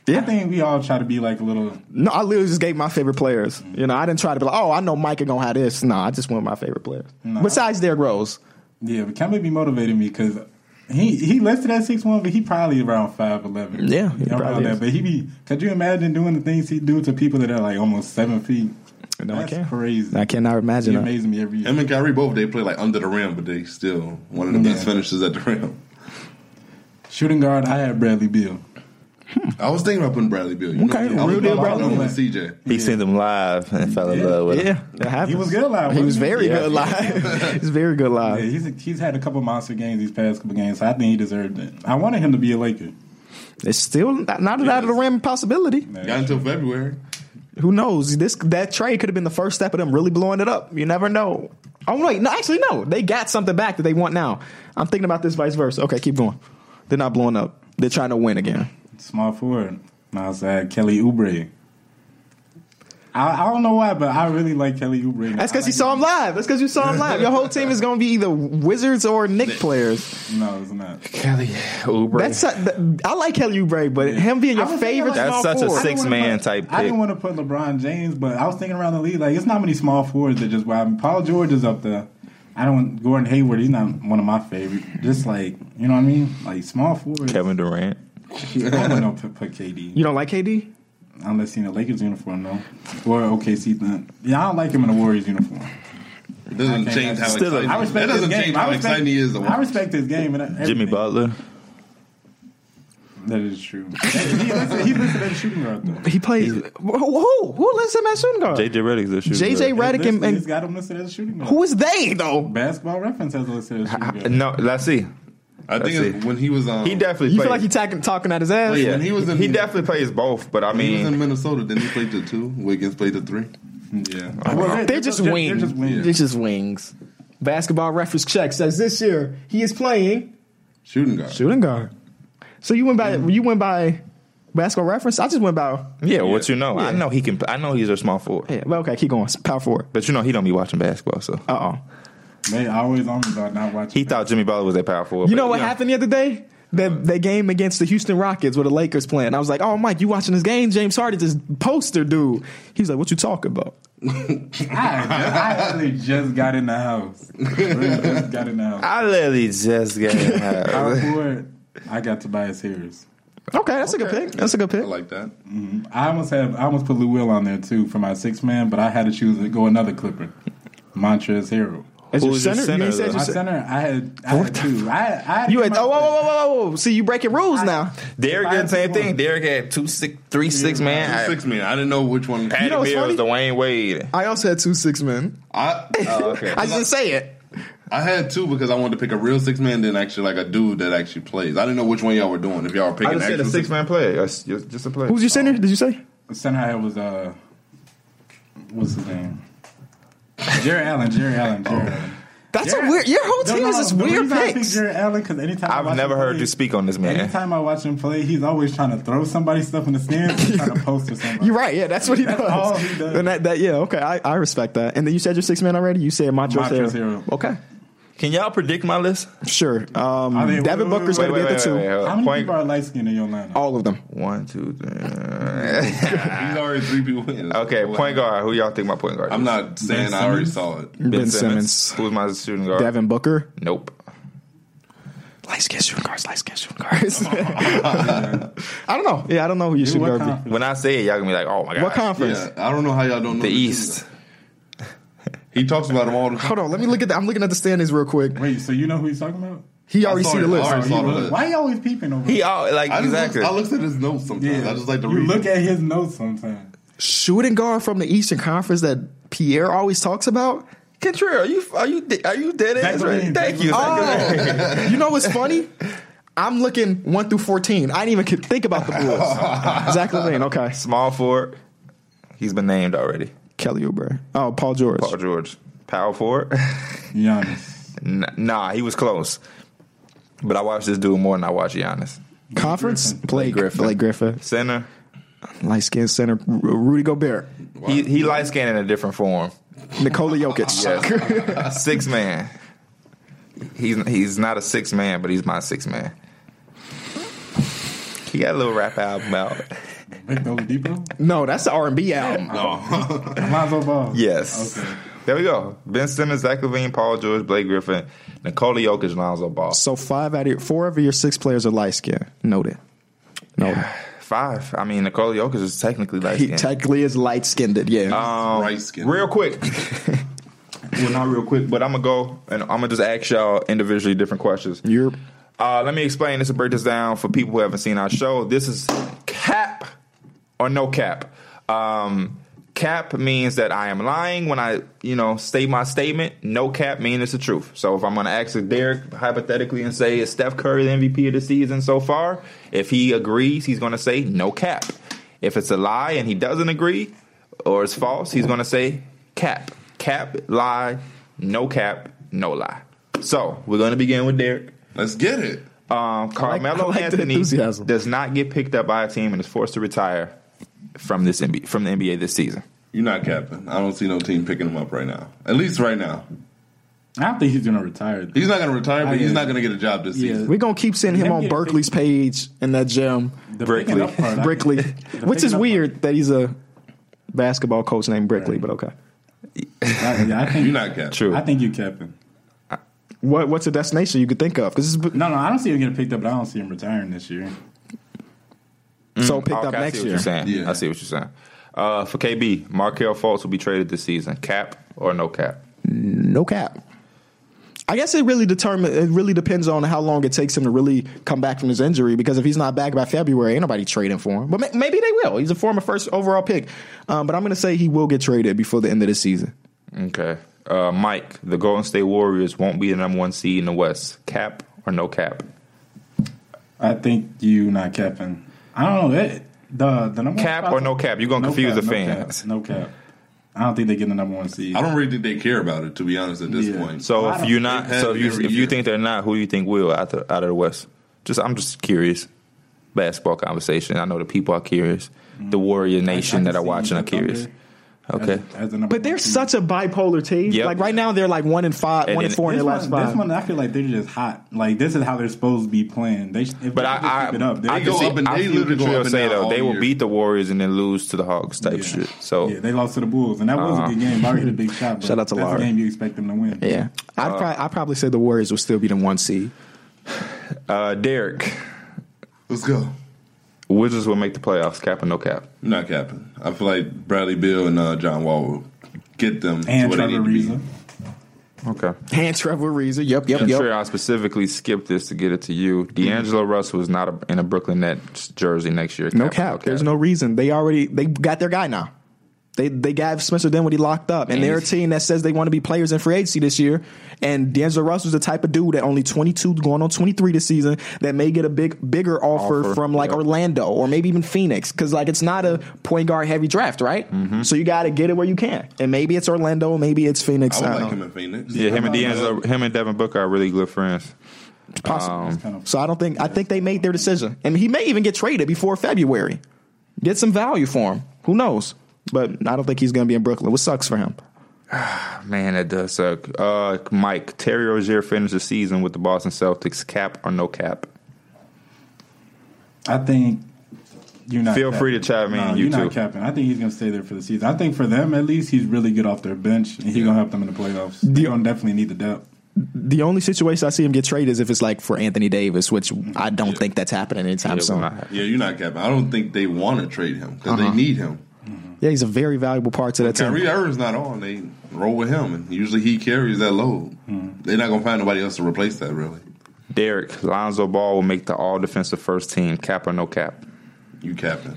Speaker 4: I think we all try to be like a little.
Speaker 1: No, I literally just gave my favorite players. You know, I didn't try to be like, oh, I know Micah gonna have this. No, I just went with my favorite players. Besides Derrick Rose.
Speaker 4: Yeah, but Kemba be motivating me because he he listed at six one, but he probably around five eleven.
Speaker 1: Yeah, he probably
Speaker 4: around
Speaker 1: is.
Speaker 4: that. But he be. Could you imagine doing the things he do to people that are like almost seven feet?
Speaker 1: No,
Speaker 4: That's
Speaker 1: I can't.
Speaker 4: crazy.
Speaker 1: I cannot
Speaker 4: He
Speaker 1: imagine. that.
Speaker 4: amazes me every year.
Speaker 3: Him and Kyrie both they play like under the rim, but they still one of the best
Speaker 4: Yeah.
Speaker 3: finishers at the rim.
Speaker 4: Shooting guard, I had Bradley Beal.
Speaker 3: I was thinking about putting Bradley Beal. You
Speaker 1: Okay,
Speaker 3: know, I was
Speaker 1: real deal,
Speaker 3: about to
Speaker 4: Bradley.
Speaker 3: put CJ.
Speaker 2: He seen them live and fell in
Speaker 4: Yeah.
Speaker 2: love with.
Speaker 1: Yeah,
Speaker 2: Him.
Speaker 1: that happens.
Speaker 4: He was good live.
Speaker 1: He
Speaker 4: wasn't
Speaker 1: was very
Speaker 2: Yeah.
Speaker 1: good live. *laughs* He's very good
Speaker 4: Yeah,
Speaker 1: live.
Speaker 4: he's he's had a couple monster games these past couple games. So I think he deserved it. I wanted him to be a Laker.
Speaker 1: It's still not, not an out of the rim possibility.
Speaker 3: Got until February.
Speaker 1: Who knows? This that trade could have been the first step of them really blowing it up. You never know. Oh wait, no, actually no. They got something back that they want now. I'm thinking about this vice versa. Okay, keep going. They're not blowing up. They're trying to win again.
Speaker 4: Small forward. Now it's uh, Kelly Oubre. I, I don't know why, but I really like Kelly Oubre.
Speaker 1: That's
Speaker 4: I
Speaker 1: because you
Speaker 4: like-
Speaker 1: saw him live. That's because you saw him live. Your whole team is going to be either Wizards or Nick players.
Speaker 4: No, it's not.
Speaker 2: Kelly Oubre.
Speaker 1: That's a, th- I like Kelly Oubre, but him being your
Speaker 4: I was thinking
Speaker 1: favorite
Speaker 4: like-
Speaker 1: small
Speaker 2: That's such a
Speaker 1: forward.
Speaker 2: sick- Six-man type
Speaker 4: I
Speaker 2: pick.
Speaker 4: didn't want to put LeBron James, but I was thinking around the league like it's not many small forwards that just. Well, Paul George is up there. I don't want Gordon Hayward. He's not one of my favorite. Just like you know what I mean. Like small forwards.
Speaker 2: Kevin Durant.
Speaker 4: I don't want to put KD.
Speaker 1: you don't like KD?
Speaker 4: Unless he's in a Lakers uniform, though. Or OKC. Thing. Yeah, I don't like him in a Warriors uniform.
Speaker 3: It doesn't
Speaker 4: can't-
Speaker 3: change how
Speaker 2: still a-
Speaker 3: exciting.
Speaker 4: I
Speaker 3: That
Speaker 4: respect his
Speaker 3: doesn't
Speaker 4: game.
Speaker 3: change
Speaker 4: I
Speaker 3: how
Speaker 4: respect,
Speaker 3: exciting he is. To
Speaker 4: I
Speaker 3: watch.
Speaker 4: respect his game. And everything.
Speaker 2: Jimmy Butler.
Speaker 4: That is true. he listed, he listed as a shooting guard, though.
Speaker 1: He plays who? Who, who lets him at shooting guard?
Speaker 2: JJ Redick's a shooter.
Speaker 1: JJ Uh, Redick and,
Speaker 4: He's
Speaker 1: and
Speaker 4: got him listed as a shooting guard.
Speaker 1: who is they though?
Speaker 4: Basketball reference has him listed as a shooting guard.
Speaker 2: No, let's see.
Speaker 3: I think
Speaker 2: That's
Speaker 3: it's
Speaker 2: it.
Speaker 3: when he was um,
Speaker 2: He
Speaker 1: Oh.
Speaker 2: definitely.
Speaker 1: You
Speaker 2: plays.
Speaker 1: feel like he talking talking at his ass?
Speaker 3: Yeah. when he was in-
Speaker 2: he definitely plays both, but I
Speaker 3: when he was in
Speaker 2: mean,
Speaker 3: Minnesota. Then he played the two. Wiggins played the three.
Speaker 4: Yeah.
Speaker 1: They're, just wings.
Speaker 4: They're just wings.
Speaker 1: They're just wings. Basketball reference check says this year he is playing
Speaker 3: Shooting guard.
Speaker 1: shooting guard. So you went by you went by basketball reference. I just went by.
Speaker 2: yeah, what you know, I
Speaker 1: Yeah.
Speaker 2: know he can. I know he's a small forward,
Speaker 1: Yeah, but okay, keep going. Power forward.
Speaker 2: but you know he don't be watching basketball, so
Speaker 1: Uh oh.
Speaker 4: They always on me about not watching.
Speaker 2: he thought Jimmy Butler was a power forward.
Speaker 1: You
Speaker 2: but,
Speaker 1: know what happened the other day? That that game against the Houston Rockets where the Lakers playing. I was like, oh Mike, you watching this game? James Harden this poster dude. He was like, what you talking about?
Speaker 4: I, I actually just got in the house. Really just got in
Speaker 1: *laughs*
Speaker 4: the house.
Speaker 2: I literally just got.
Speaker 1: Uh,
Speaker 4: Power forward, I got Tobias Harris.
Speaker 1: Okay, that's a good pick. That's a good
Speaker 3: I
Speaker 1: pick.
Speaker 3: like that.
Speaker 4: I almost have I almost put Lou Will on there too for my six man, but I had to choose to go another Clipper. Montrez Hero.
Speaker 1: As your
Speaker 2: Who's your
Speaker 1: center, you ain't
Speaker 2: center,
Speaker 1: said
Speaker 2: though?
Speaker 1: your
Speaker 4: My
Speaker 1: center.
Speaker 4: center, I had I had two. I, I had
Speaker 1: You had, oh, whoa, whoa, whoa, whoa, whoa. See, you breaking rules now.
Speaker 2: Derek
Speaker 4: Five
Speaker 2: did the same
Speaker 4: to
Speaker 2: thing.
Speaker 4: one.
Speaker 2: Derek had two six, three six man. I-
Speaker 3: Six man. I didn't know which one.
Speaker 2: Patty
Speaker 1: You know what's
Speaker 2: Mills,
Speaker 1: funny?
Speaker 2: Dwayne Wade.
Speaker 1: I also had two six men.
Speaker 3: I
Speaker 2: Oh, *laughs* okay.
Speaker 1: I just didn't say it.
Speaker 3: I had two because I wanted to pick a real six man, then actually like a dude that actually plays. I didn't know which one y'all were doing. If y'all were
Speaker 2: I
Speaker 3: picking
Speaker 2: just said
Speaker 3: actual
Speaker 2: a six man player, That's just just a player.
Speaker 1: Who's your center? Did you say?
Speaker 4: The center I had was uh what's his name? Jerry Allen, Jerry Allen, Jerry Allen.
Speaker 1: That's
Speaker 4: Jerry-
Speaker 1: a weird. Your whole
Speaker 4: No,
Speaker 1: Oh. team
Speaker 4: no,
Speaker 1: is just
Speaker 4: the
Speaker 1: weird
Speaker 4: reason I picked
Speaker 1: picks.
Speaker 4: Jerry Allen because anytime I
Speaker 2: I've
Speaker 4: watch
Speaker 2: never
Speaker 4: him
Speaker 2: heard
Speaker 4: play-
Speaker 2: you speak on this man.
Speaker 4: Anytime I watch him play, he's always trying to throw somebody stuff in the stands, or trying to post or something.
Speaker 1: You're right. Yeah, that's what he
Speaker 4: That's
Speaker 1: does.
Speaker 4: all he does.
Speaker 1: And that, that yeah, okay. I, I respect that. And then you said your six man already. You said Montrezl
Speaker 4: Montrezl
Speaker 1: Harrell.
Speaker 4: Harrell.
Speaker 1: Okay,
Speaker 2: Can y'all predict my list?
Speaker 1: sure. Um,
Speaker 4: I mean, wait,
Speaker 1: Devin
Speaker 4: wait,
Speaker 1: Booker's
Speaker 4: wait,
Speaker 1: going to be at the two.
Speaker 2: hold
Speaker 4: How
Speaker 2: on.
Speaker 4: many
Speaker 2: Point-
Speaker 4: people are light skinned in your lineup?
Speaker 1: All of them.
Speaker 2: One, two, three.
Speaker 3: *laughs* He's already three people in.
Speaker 2: *laughs* okay, point guard. Who y'all think my point guard?
Speaker 3: I'm
Speaker 2: is?
Speaker 3: not saying I already saw it.
Speaker 1: Ben, Simmons,
Speaker 2: Who's my shooting guard?
Speaker 1: Devin Booker.
Speaker 2: Nope.
Speaker 1: Light skin shooting guards. Light skin shooting
Speaker 4: *laughs*
Speaker 1: guards. I don't know. Yeah, I don't know who you should
Speaker 4: Dude,
Speaker 1: guard.
Speaker 4: what
Speaker 1: be.
Speaker 4: conference?
Speaker 2: When I say it, y'all gonna be like, "Oh my god!"
Speaker 1: What conference?
Speaker 3: Yeah, I don't know how y'all don't know
Speaker 2: The
Speaker 3: this
Speaker 2: East.
Speaker 3: either. He talks about him all the time.
Speaker 1: Hold on, let me look at that. I'm looking at the standings real quick.
Speaker 4: Wait, so you know who he's talking about?
Speaker 1: He
Speaker 3: I
Speaker 1: already
Speaker 4: Oh,
Speaker 3: saw
Speaker 1: see
Speaker 3: it.
Speaker 1: the list.
Speaker 3: I already saw the
Speaker 4: Look,
Speaker 3: list.
Speaker 4: Why you always peeping over?
Speaker 2: He
Speaker 4: there?
Speaker 2: all like
Speaker 3: I just
Speaker 2: exactly.
Speaker 3: look, I looked at his notes sometimes. I just like to
Speaker 4: you
Speaker 3: read.
Speaker 4: look at his notes sometimes.
Speaker 1: Shooting guard from the Eastern Conference that Pierre always talks about.
Speaker 2: Contreras, are you are you de- are you dead ass?
Speaker 4: Zach
Speaker 2: Right?
Speaker 4: Levine.
Speaker 2: Thank you. Zach Levine.
Speaker 1: Oh, you know what's funny? I'm looking one through fourteen. I didn't even think about the
Speaker 2: *laughs*
Speaker 1: Bulls. Zach Levine, okay.
Speaker 2: Small forward. He's been named already.
Speaker 1: Kelly Oubre. Oh, Paul George.
Speaker 2: Paul George. Power forward.
Speaker 4: Giannis.
Speaker 2: N- nah, he was close. But I watched this dude more than I watched Giannis.
Speaker 1: Conference. Blake
Speaker 2: Griffin.
Speaker 1: Blake Griffin.
Speaker 2: Center.
Speaker 1: Light skinned center. R- Rudy Gobert.
Speaker 2: He he light skinned in a different form.
Speaker 1: Nikola
Speaker 2: *laughs*
Speaker 1: Jokic.
Speaker 2: six man. He's he's not a six man, but he's my six man. He got a little rap album out.
Speaker 4: Victor
Speaker 1: *laughs*
Speaker 4: Oladipo.
Speaker 1: no, that's the R and B album.
Speaker 3: *laughs* no.
Speaker 4: Lonzo Ball.
Speaker 2: Yes.
Speaker 4: Okay.
Speaker 2: There we go. Ben Simmons, Zach Levine, Paul George, Blake Griffin, Nikola Jokic, Lonzo Ball.
Speaker 1: So five out of your, four of your six players are light skinned. Noted. Noted.
Speaker 2: Five. I mean, Nikola Jokic is technically Um, light
Speaker 1: He
Speaker 2: skinned.
Speaker 1: technically is light skinned.
Speaker 2: Uh,
Speaker 1: Yeah.
Speaker 3: Right skin.
Speaker 2: real quick. well, not real quick, but I'm gonna go and I'm gonna just ask y'all individually different questions.
Speaker 1: You're
Speaker 2: Uh, let me explain this and break this down for people who haven't seen our show. This is cap or no cap. Um, cap means that I am lying when I, you know, state my statement. No cap means it's the truth. So if I'm going to ask Derek hypothetically and say, is Steph Curry the MVP of the season so far? If he agrees, he's going to say no cap. If it's a lie and he doesn't agree or it's false, he's going to say cap. Cap, lie, no cap, no lie. So we're going to begin with Derek.
Speaker 3: Let's get it.
Speaker 2: Um, Carmelo
Speaker 1: I like the
Speaker 2: Anthony
Speaker 1: enthusiasm.
Speaker 2: does not get picked up by a team and is forced to retire from this NBA, from the NBA this season.
Speaker 3: You're not capping. I don't see no team picking him up right now. At least right now.
Speaker 4: I don't think he's gonna retire.
Speaker 3: He's not going to retire,
Speaker 4: I
Speaker 3: but he's
Speaker 4: am.
Speaker 3: not going to get a job this
Speaker 4: Yeah.
Speaker 3: season.
Speaker 1: we're gonna keep seeing him
Speaker 4: Let me
Speaker 1: on
Speaker 4: get a
Speaker 1: Berkeley's page in that gym.
Speaker 4: The
Speaker 2: Brickley.
Speaker 4: picking up part, I-
Speaker 1: Brickley. *laughs* Which
Speaker 4: picking
Speaker 1: is
Speaker 4: up-
Speaker 1: weird that he's a basketball coach named Brickley, but okay.
Speaker 4: I, yeah, I
Speaker 3: *laughs* You're
Speaker 4: think.
Speaker 3: not capping.
Speaker 2: True.
Speaker 4: I think you kept him.
Speaker 1: What what's a destination you could think of? Because it's
Speaker 4: No, no, I don't see him getting picked up. But I don't see him retiring this year.
Speaker 1: so picked up
Speaker 2: Okay, I
Speaker 1: next
Speaker 2: see what
Speaker 1: year.
Speaker 2: you're saying.
Speaker 3: Yeah.
Speaker 2: I see what you're saying. Uh, for KB, Markel Fultz will be traded this season. Cap or no cap?
Speaker 1: No cap. I guess it really determine it really depends on how long it takes him to really come back from his injury. Because if he's not back by February, ain't nobody trading for him. But ma- maybe they will. He's a former first overall pick. Um, but I'm gonna say he will get traded before the end of the season.
Speaker 2: Okay. Uh, Mike, the Golden State Warriors won't be the number one seed in the West. Cap or no cap?
Speaker 4: I think you not capping. I don't know it. The the number
Speaker 2: Cap
Speaker 4: one
Speaker 2: or no cap? You're gonna confuse the fans.
Speaker 4: No cap, no cap. I don't think they get the number one seed.
Speaker 3: I don't really think they care about it, to be honest, at this
Speaker 4: Yeah.
Speaker 3: point.
Speaker 2: So
Speaker 4: Well, I
Speaker 2: if
Speaker 4: don't-
Speaker 2: you're not,
Speaker 3: They've had
Speaker 2: so if you,
Speaker 3: every
Speaker 2: if you
Speaker 3: year.
Speaker 2: think they're not, who do you think will out the, out of the West? Just I'm just curious. Basketball conversation. I know the people are curious. The Warrior Nation
Speaker 4: can
Speaker 2: that are
Speaker 4: see
Speaker 2: watching
Speaker 4: the
Speaker 2: are curious.
Speaker 4: Thunder
Speaker 2: Okay.
Speaker 4: as- as the number
Speaker 1: But
Speaker 4: one
Speaker 1: they're
Speaker 4: seed.
Speaker 1: such a bipolar team.
Speaker 2: Yep.
Speaker 1: Like right now, they're like one in five,
Speaker 2: And
Speaker 1: one in
Speaker 2: then-
Speaker 1: four in
Speaker 4: This
Speaker 1: their
Speaker 4: one,
Speaker 1: last five.
Speaker 4: this one, I feel like they're just hot. Like this is how they're supposed to be playing. They sh- if
Speaker 2: But
Speaker 4: they
Speaker 2: I,
Speaker 4: just
Speaker 2: I,
Speaker 4: keep it up. They
Speaker 2: I
Speaker 3: They
Speaker 2: can
Speaker 3: go
Speaker 2: see,
Speaker 3: up and-
Speaker 2: I
Speaker 3: they
Speaker 2: see what
Speaker 3: literally go
Speaker 2: Trill
Speaker 3: up and
Speaker 2: say
Speaker 3: down
Speaker 2: though
Speaker 3: all
Speaker 2: they will
Speaker 3: year.
Speaker 2: beat the Warriors and then lose to the Hogs type
Speaker 4: Yeah.
Speaker 2: shit. So Uh-huh.
Speaker 4: yeah, they lost to the Bulls, and that was a good game. Larry hit
Speaker 2: *laughs*
Speaker 4: a big shot. But
Speaker 1: Shout out to
Speaker 4: that's
Speaker 1: Larry.
Speaker 4: a game you expect them to win.
Speaker 1: Yeah, I'd, prob- I'd probably say the Warriors will still be the one seed.
Speaker 2: uh, Derek,
Speaker 3: Let's go.
Speaker 2: Wizards will make the playoffs. Cap or no cap?
Speaker 3: I'm not capping. I feel like Bradley Bill and uh, John Wall will get them
Speaker 4: and
Speaker 3: to where
Speaker 4: Trevor
Speaker 3: they need to
Speaker 4: Reza.
Speaker 3: be.
Speaker 2: Okay.
Speaker 1: *laughs* And Trevor Reza. Yep, yep,
Speaker 2: And
Speaker 1: yep.
Speaker 2: Trill, I specifically skipped this to get it to you. D'Angelo Russell is not a, in a Brooklyn Nets jersey next year.
Speaker 1: No
Speaker 2: or
Speaker 1: cap. There's no reason. They already they got their guy now. They they got Spencer Dinwiddie locked up, and they're a team that says they want to be players in free agency this year. And D'Angelo Russell's the type of dude that only 22 going on 23 this season that may get a big bigger offer,
Speaker 2: Offer,
Speaker 1: from like
Speaker 2: yeah.
Speaker 1: Orlando or maybe even Phoenix because like it's not a point guard heavy draft, right?
Speaker 3: Mm-hmm.
Speaker 1: So you got to get it where you can, and maybe it's Orlando, maybe it's Phoenix.
Speaker 3: I would
Speaker 1: I
Speaker 3: like
Speaker 1: don't
Speaker 3: him in Phoenix.
Speaker 2: Yeah, him and
Speaker 4: I'm not-
Speaker 2: D'Angelo, him and Devin Booker are really good friends. Um,
Speaker 1: possible.
Speaker 4: Kind of-
Speaker 1: So I don't think I think they made their decision, and he may even get traded before February. Get some value for him. Who knows? But I don't think he's going to be in Brooklyn, which sucks for him.
Speaker 2: Ah, Man, that does suck. Uh, Mike Terry Rozier finished the season with the Boston Celtics. Cap or no cap?
Speaker 4: I think you're not.
Speaker 2: Feel
Speaker 4: capping.
Speaker 2: free to chime in,
Speaker 4: No,
Speaker 2: you
Speaker 4: you're
Speaker 2: too.
Speaker 4: not capping. I think he's gonna stay there for the season. I think for them at least, he's really good off their bench, and he's gonna help them in the playoffs. They're gonna definitely need the depth.
Speaker 1: The only situation I see him get traded is if it's like for Anthony Davis, which I don't think that's happening anytime
Speaker 2: It will
Speaker 1: soon.
Speaker 2: not happen. Uh-huh.
Speaker 3: Yeah, you're not capping. I don't think they want to trade him because they need him.
Speaker 1: Yeah, he's a very valuable part to that team.
Speaker 3: Kyrie Irving's not on. They roll with him, and usually he carries that load.
Speaker 4: Hmm.
Speaker 3: They're not gonna find nobody else to replace that. Really,
Speaker 2: Derek Lonzo Ball will make the All Defensive First Team. Cap or no cap?
Speaker 3: you captain.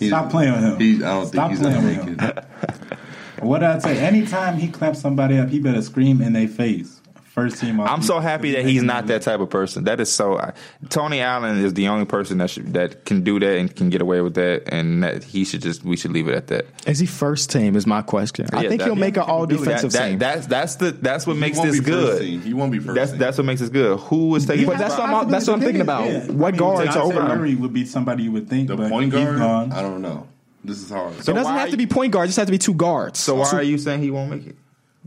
Speaker 4: Stop playing with him.
Speaker 3: He, I don't
Speaker 4: Stop
Speaker 3: think he's gonna
Speaker 4: playing
Speaker 3: make
Speaker 4: with him. *laughs*
Speaker 3: it.
Speaker 4: What did I say? Anytime he claps somebody up, he better scream in their face. First team.
Speaker 2: I'm so happy that he's not that type of person. That is so. I, Tony Allen is the only person that should, that can do that and can get away with that, and that he should just we should leave it at that.
Speaker 1: Is he first team? Is my question. I
Speaker 2: Yeah,
Speaker 1: think
Speaker 2: that-
Speaker 1: he'll make an all defensive
Speaker 2: that, that,
Speaker 1: team.
Speaker 2: That's that's the that's what makes
Speaker 3: he won't
Speaker 2: this
Speaker 3: be first
Speaker 2: good.
Speaker 3: Team. He won't be first.
Speaker 2: That's
Speaker 3: team.
Speaker 2: that's what makes this good. Who is taking?
Speaker 1: But
Speaker 2: his
Speaker 1: that's
Speaker 2: spot?
Speaker 1: what I'm- that's what I'm thinking about. What guards
Speaker 4: Dejounte
Speaker 1: are over him?
Speaker 4: Murray would be somebody you would think,
Speaker 3: the
Speaker 4: but
Speaker 3: point guard.
Speaker 4: he's gone.
Speaker 3: I don't know. This is hard.
Speaker 1: it
Speaker 2: So
Speaker 1: doesn't
Speaker 2: why-
Speaker 1: have to be point guard. It just has to be two guards.
Speaker 2: So why are you saying he won't make it?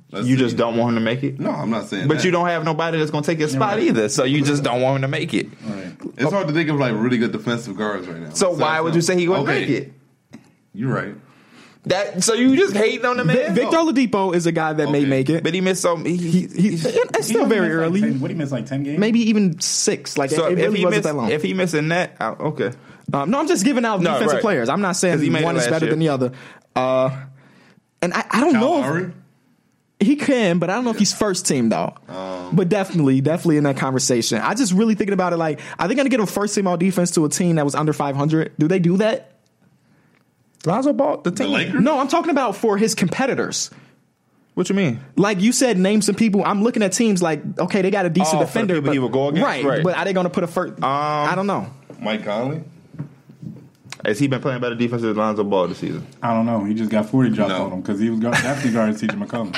Speaker 3: Let's
Speaker 2: you
Speaker 3: see.
Speaker 2: just don't want him to make it.
Speaker 3: No, I'm not saying.
Speaker 2: But
Speaker 3: that.
Speaker 2: you don't have nobody that's going to take his spot
Speaker 4: right.
Speaker 2: either, so you just don't want him to make it.
Speaker 4: All right.
Speaker 3: It's hard to think of like really good defensive guards right now.
Speaker 2: So why would you say he wouldn't
Speaker 3: Okay,
Speaker 2: make it?
Speaker 3: You're right.
Speaker 2: That so you just hating on the
Speaker 1: Vi-
Speaker 2: man?
Speaker 1: Victor Oladipo is a guy that may
Speaker 3: Okay.
Speaker 1: make it.
Speaker 2: but he missed so he,
Speaker 1: He- he- it's still
Speaker 4: He
Speaker 1: very
Speaker 4: missed like
Speaker 1: early.
Speaker 4: 10 what he missed like ten games.
Speaker 1: Maybe even six. Like
Speaker 2: So
Speaker 1: it, it
Speaker 2: if
Speaker 1: really
Speaker 2: he
Speaker 1: wasn't
Speaker 2: missed,
Speaker 1: that long.
Speaker 2: if he missing that, I, okay.
Speaker 1: Um, no, I'm just giving out
Speaker 2: No,
Speaker 1: defensive
Speaker 2: right.
Speaker 1: players. I'm not saying
Speaker 2: 'Cause he made
Speaker 1: one
Speaker 2: it
Speaker 1: is
Speaker 2: last
Speaker 1: better
Speaker 2: year.
Speaker 1: than the other. Uh, and I, I don't know.
Speaker 3: Kyle
Speaker 1: if-
Speaker 3: Lowry?
Speaker 1: He can, but I don't know if he's first team though.
Speaker 2: Oh.
Speaker 1: but definitely, definitely in that conversation. I just really thinking about it. Like, are they going to get a first team all defense to a team that was under 500? Do they do that?
Speaker 2: Lonzo Ball, the team.
Speaker 3: Lakers?
Speaker 1: No, I'm talking about for his competitors.
Speaker 2: What you mean?
Speaker 1: Like you said, name some people. I'm looking at teams like, okay, they got a decent
Speaker 2: Oh, for the
Speaker 1: defender,
Speaker 2: people
Speaker 1: but
Speaker 2: he would go against?
Speaker 1: right,
Speaker 2: Right. Um,
Speaker 1: But are they going to put a first? I don't know.
Speaker 3: Mike Conley?
Speaker 2: Has he been playing better defense than Lonzo Ball this season?
Speaker 4: I don't know. He just got forty dropped
Speaker 3: No.
Speaker 4: on him because he was guard, definitely guarding
Speaker 1: *laughs*
Speaker 4: CJ McCollum.